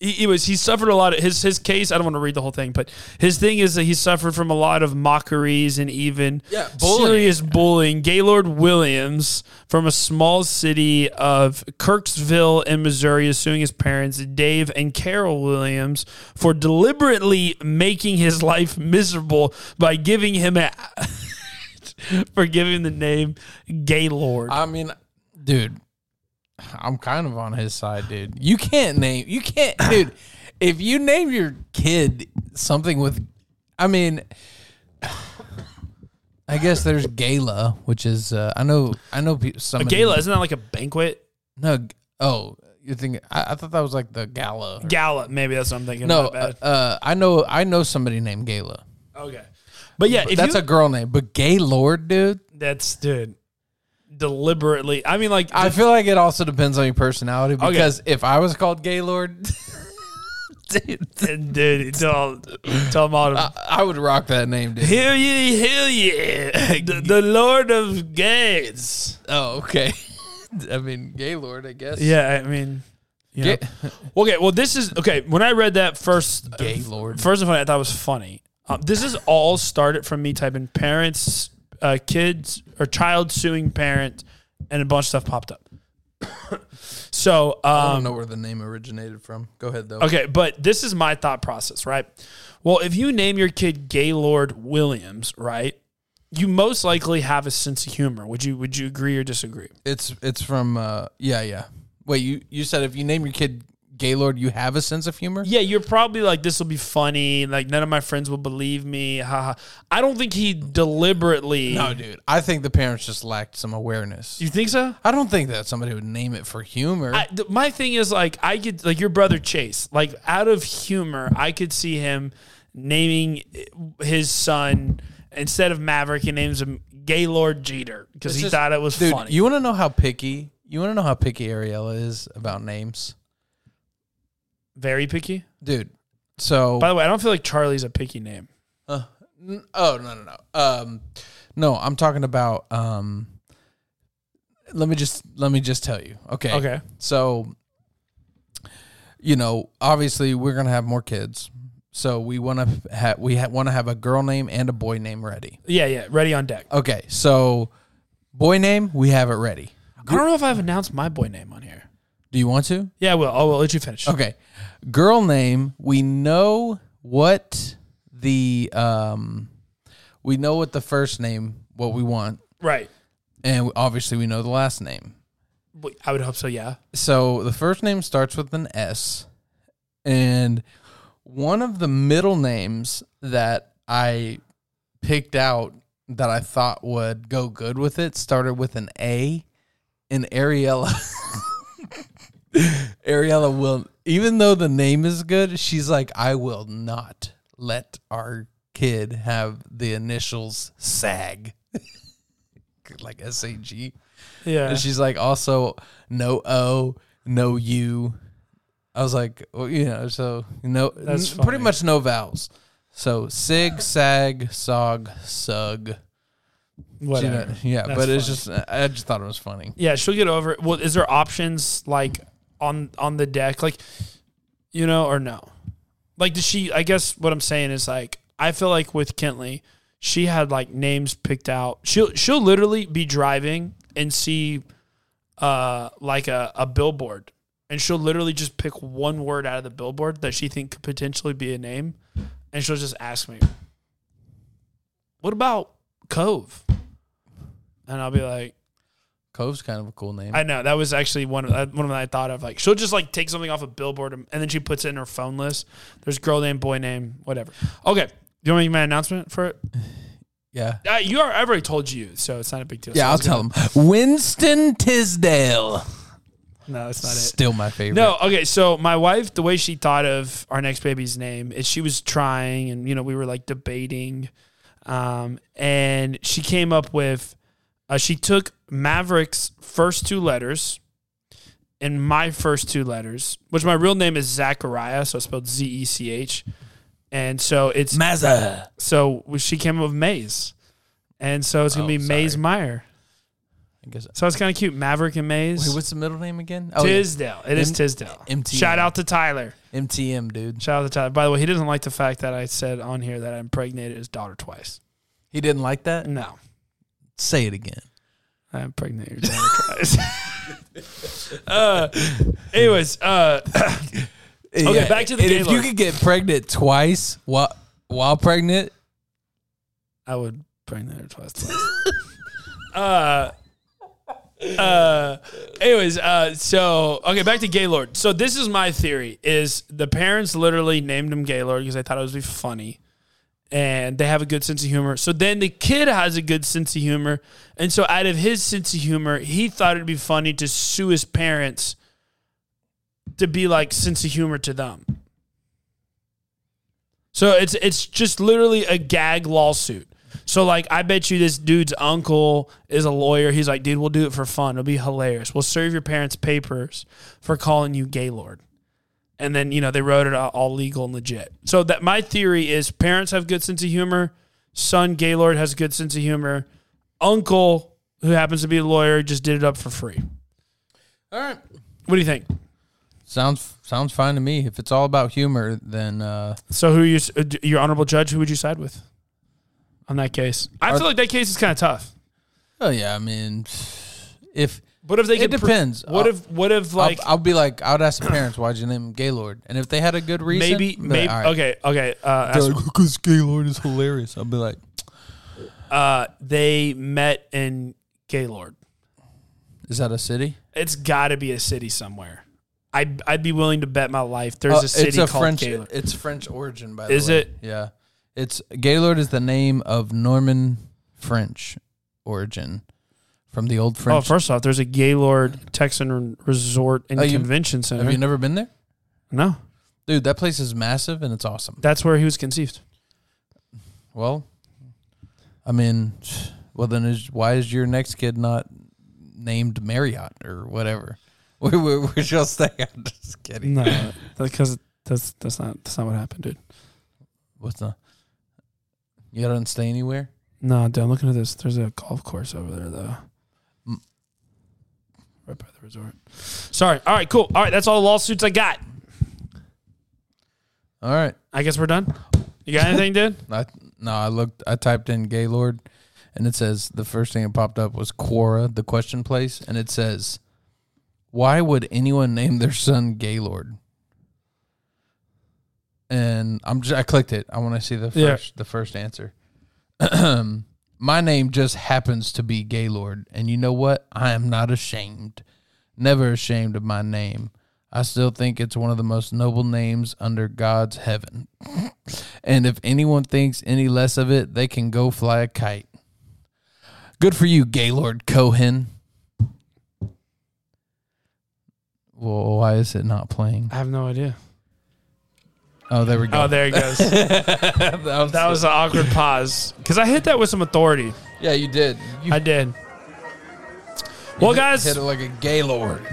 Speaker 1: he, he was he suffered a lot of his his case i don't want to read the whole thing but his thing is that he suffered from a lot of mockeries and even
Speaker 2: Yeah, bullying.
Speaker 1: serious bullying gaylord williams from a small city of kirksville in missouri is suing his parents dave and carol williams for deliberately making his life miserable by giving him a for giving the name gaylord
Speaker 2: I mean, dude, I'm kind of on his side, dude. You can't name, you can't, dude. If you name your kid something with, I mean, I guess there's gala, which is uh, I know I know pe- some
Speaker 1: A gala isn't that like a banquet?
Speaker 2: No, g- oh, you think I, I thought that was like the gala. or-
Speaker 1: Gala, maybe that's what I'm thinking.
Speaker 2: no,
Speaker 1: My bad.
Speaker 2: uh, I know I know somebody named Gala.
Speaker 1: okay, but yeah, if
Speaker 2: That's
Speaker 1: you,
Speaker 2: a girl name, but Gaylord, dude.
Speaker 1: that's dude deliberately. I mean, like
Speaker 2: I feel like it also depends on your personality
Speaker 1: Okay.
Speaker 2: because if I was called Gaylord, dude,
Speaker 1: dude, it's all it's all modern.
Speaker 2: I would rock that name, dude.
Speaker 1: hear ye, hear ye, the, the Lord of Gates.
Speaker 2: Oh, okay. I mean, Gaylord, I guess.
Speaker 1: Yeah, I mean, you know.
Speaker 2: Ga-
Speaker 1: okay. Well, this is okay. When I read that first, uh,
Speaker 2: Gaylord.
Speaker 1: First of all, I thought it was funny. Um, this is all started from me typing parents, uh, kids, or child suing parent, and a bunch of stuff popped up. so,
Speaker 2: I
Speaker 1: um,
Speaker 2: don't know where the name originated from. Go ahead, though.
Speaker 1: okay, but this is my thought process, right? Well, if you name your kid Gaylord Williams, right, you most likely have a sense of humor. Would you Would you agree or disagree?
Speaker 2: It's it's from uh yeah yeah. Wait, you you said if you name your kid Gaylord, you have a sense of humor.
Speaker 1: Yeah, you're probably like, this will be funny. Like, none of my friends will believe me. Haha. I don't think he deliberately.
Speaker 2: No, dude. I think the parents just lacked some awareness.
Speaker 1: You think so?
Speaker 2: I don't think that somebody would name it for humor.
Speaker 1: I, th- my thing is like I could like your brother Chase like out of humor I could see him naming eh, his son Instead of Maverick, he names him Gaylord Jeter because he thought it was
Speaker 2: Dude,
Speaker 1: funny.
Speaker 2: you want to know how picky? You want to know how picky Ariella is about names,
Speaker 1: Very picky.
Speaker 2: dude. So
Speaker 1: By the way, I don't feel like Charlie's a picky name.
Speaker 2: N- Oh no no no. Um, no, I'm talking about. Um, let me just let me just tell you. Okay.
Speaker 1: Okay.
Speaker 2: So, you know, obviously we're gonna have more kids, so we want to ha- we ha- want to have a girl name and a boy name ready.
Speaker 1: Yeah, yeah. Ready on deck.
Speaker 2: Okay. So, boy name we have it ready.
Speaker 1: I don't know if I've announced my boy name on here.
Speaker 2: Do you want to?
Speaker 1: Yeah, well, I will let you finish.
Speaker 2: Okay. Girl name, we know what the um we know what the first name what we want
Speaker 1: Right.
Speaker 2: and obviously we know the last name.
Speaker 1: But I would hope so. Yeah.
Speaker 2: So the first name starts with an S and one of the middle names that I picked out that I thought would go good with it started with an A and Ariella Ariella will, even though the name is good, she's like, I will not let our kid have the initials SAG, like S A G.
Speaker 1: Yeah.
Speaker 2: And she's like, also, no O, no U. I was like, well, you know, so no,
Speaker 1: That's
Speaker 2: n- pretty
Speaker 1: funny.
Speaker 2: much no vowels. So sig, sag, sog, sug. You know,
Speaker 1: Whatever.
Speaker 2: yeah,
Speaker 1: That's
Speaker 2: but it's
Speaker 1: funny.
Speaker 2: just, I I just thought it was funny.
Speaker 1: Yeah, she'll get over it. Well, is there options like on on the deck, like you know, or no? Like, does she? I guess what I'm saying is like, I feel like with Kentley, she had like names picked out. She'll she'll literally be driving and see, uh, like a a billboard, and she'll literally just pick one word out of the billboard that she think could potentially be a name, and she'll just ask me, "What about Cove?" And I'll be like.
Speaker 2: Cove's kind of a cool name.
Speaker 1: I know that was actually one of uh, one of them I thought of. Like she'll just like take something off a billboard and and then she puts it in her phone list. There's girl name, boy name, whatever. Okay, do you want to make my announcement for it?
Speaker 2: yeah.
Speaker 1: Uh, you are. I already told you, so it's not a big deal. So
Speaker 2: Yeah,
Speaker 1: I
Speaker 2: I'll
Speaker 1: was
Speaker 2: tell him. Winston Tisdale.
Speaker 1: gonna- No, that's not it.
Speaker 2: Still my favorite.
Speaker 1: No, okay. So my wife, the way she thought of our next baby's name is she was trying, and you know we were like debating, um, and she came up with, uh, she took Maverick's first two letters, and my first two letters, which my real name is Zachariah, so it's spelled Z E C H, and so it's
Speaker 2: Mazza.
Speaker 1: so she came up with Maze, and so it's gonna
Speaker 2: Oh,
Speaker 1: be Maze
Speaker 2: sorry.
Speaker 1: Meyer.
Speaker 2: I guess.
Speaker 1: So it's kind of cute, Maverick and Maze.
Speaker 2: Wait, what's the middle name again? Oh, yeah.
Speaker 1: Tisdale. It is
Speaker 2: M-
Speaker 1: Tisdale.
Speaker 2: MTN.
Speaker 1: Shout out to Tyler.
Speaker 2: MTM, dude.
Speaker 1: Shout out to Tyler. By the way, he doesn't like the fact that I said on here that I impregnated his daughter twice.
Speaker 2: He didn't like that.
Speaker 1: No,
Speaker 2: Say it again.
Speaker 1: I impregnated your daughter twice. uh, anyways, uh, Okay, back to the
Speaker 2: and If you
Speaker 1: Gaylord.
Speaker 2: could get pregnant twice while while pregnant,
Speaker 1: I would pregnate her twice. twice. uh, uh, anyways, uh, so okay, back to Gaylord. So this is my theory: is the parents literally named him Gaylord because they thought it would be funny. and they have a good sense of humor. So then the kid has a good sense of humor. And so out of his sense of humor, he thought it'd be funny to sue his parents to be like sense of humor to them. So it's it's just literally a gag lawsuit. So like I bet you this dude's uncle is a lawyer. He's like, dude, we'll do it for fun. It'll be hilarious. We'll serve your parents papers for calling you Gaylord and then you know they wrote it all- all legal and legit. So that my theory is parents have good sense of humor, son Gaylord has good sense of humor, uncle who happens to be a lawyer just did it up for free.
Speaker 2: all right.
Speaker 1: What do you think?
Speaker 2: Sounds sounds fine to me. If it's all about humor, then uh,
Speaker 1: So who are you uh, d- your honorable judge? Who would you side with on that case? I feel like that case is kind of tough.
Speaker 2: oh yeah. I mean, if
Speaker 1: What if they?
Speaker 2: It
Speaker 1: could pro-
Speaker 2: depends.
Speaker 1: what
Speaker 2: I'll-
Speaker 1: if? What if like?
Speaker 2: I'll, I'll be like, I would ask the parents, why'd you name him Gaylord? And if they had a good reason,
Speaker 1: Maybe,
Speaker 2: I'd be like,
Speaker 1: maybe.
Speaker 2: "All right."
Speaker 1: Okay, okay. Uh,
Speaker 2: They're
Speaker 1: ask-
Speaker 2: like, because Gaylord is hilarious. I'll be like,
Speaker 1: uh, they met in Gaylord.
Speaker 2: is that a city?
Speaker 1: It's got to be a city somewhere. I'd, I'd be willing to bet my life there's
Speaker 2: Uh,
Speaker 1: a city
Speaker 2: it's a
Speaker 1: called
Speaker 2: French.
Speaker 1: Gaylord.
Speaker 2: It's French origin, by
Speaker 1: Is
Speaker 2: the way.
Speaker 1: it?
Speaker 2: Yeah. It's Gaylord is the name of Norman French origin from the old
Speaker 1: Oh,
Speaker 2: French.
Speaker 1: first off, there's a Gaylord Texan Resort and
Speaker 2: Oh, you-
Speaker 1: Convention Center.
Speaker 2: Have you never been there,
Speaker 1: no,
Speaker 2: dude? That place is massive and it's awesome.
Speaker 1: that's where he was conceived.
Speaker 2: Well, I mean, well then, is, why is your next kid not named Marriott or whatever? We we we shall stay. I'm just kidding.
Speaker 1: No, because that's that's not that's not what happened, dude.
Speaker 2: What's the? You don't stay anywhere.
Speaker 1: No, dude. I'm looking at this. There's a golf course over there, though. Right by the resort. Mm. Sorry. All right. Cool. All right. That's all the lawsuits I got.
Speaker 2: All right.
Speaker 1: I guess we're done. You got anything, dude?
Speaker 2: I, no, I looked. I typed in Gaylord, and it says the first thing that popped up was Quora, the question place, and it says, "Why would anyone name their son Gaylord?" And I'm just, I clicked it. I want to see the
Speaker 1: Yeah.
Speaker 2: first the first answer. My name just happens to be Gaylord, and you know what? I am not ashamed. Never ashamed of my name. I still think it's one of the most noble names under God's heaven. And if anyone thinks any less of it, they can go fly a kite. Good for you, Gaylord Cohen. Well, why is it not playing?
Speaker 1: I have no idea.
Speaker 2: Oh, there we go.
Speaker 1: Oh, there he goes. that was an awkward pause because I hit that with some authority.
Speaker 2: yeah, you did. You
Speaker 1: I did. Well,
Speaker 2: hit-
Speaker 1: guys,
Speaker 2: hit it like a Gaylord.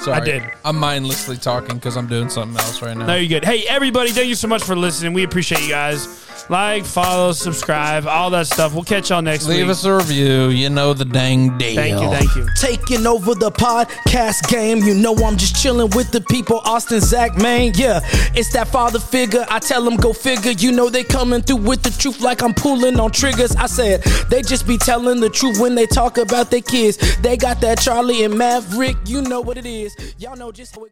Speaker 2: Sorry,
Speaker 1: I did.
Speaker 2: I'm mindlessly talking because I'm doing something else right now.
Speaker 1: No, you're good. Hey, everybody, thank you so much for listening. We appreciate you guys. Like, follow, subscribe, all that stuff. We'll catch y'all next
Speaker 2: Leave
Speaker 1: week.
Speaker 2: us a review. You know the dang deal.
Speaker 1: thank you, thank you.
Speaker 3: Taking over the podcast game. You know I'm just chilling with the people. Austin, Zach, man, yeah. It's that father figure. I tell them go figure. You know they coming through with the truth like I'm pulling on triggers. I said they just be telling the truth when they talk about their kids. They got that Charlie and Maverick. You know what it is. Y'all know just how it.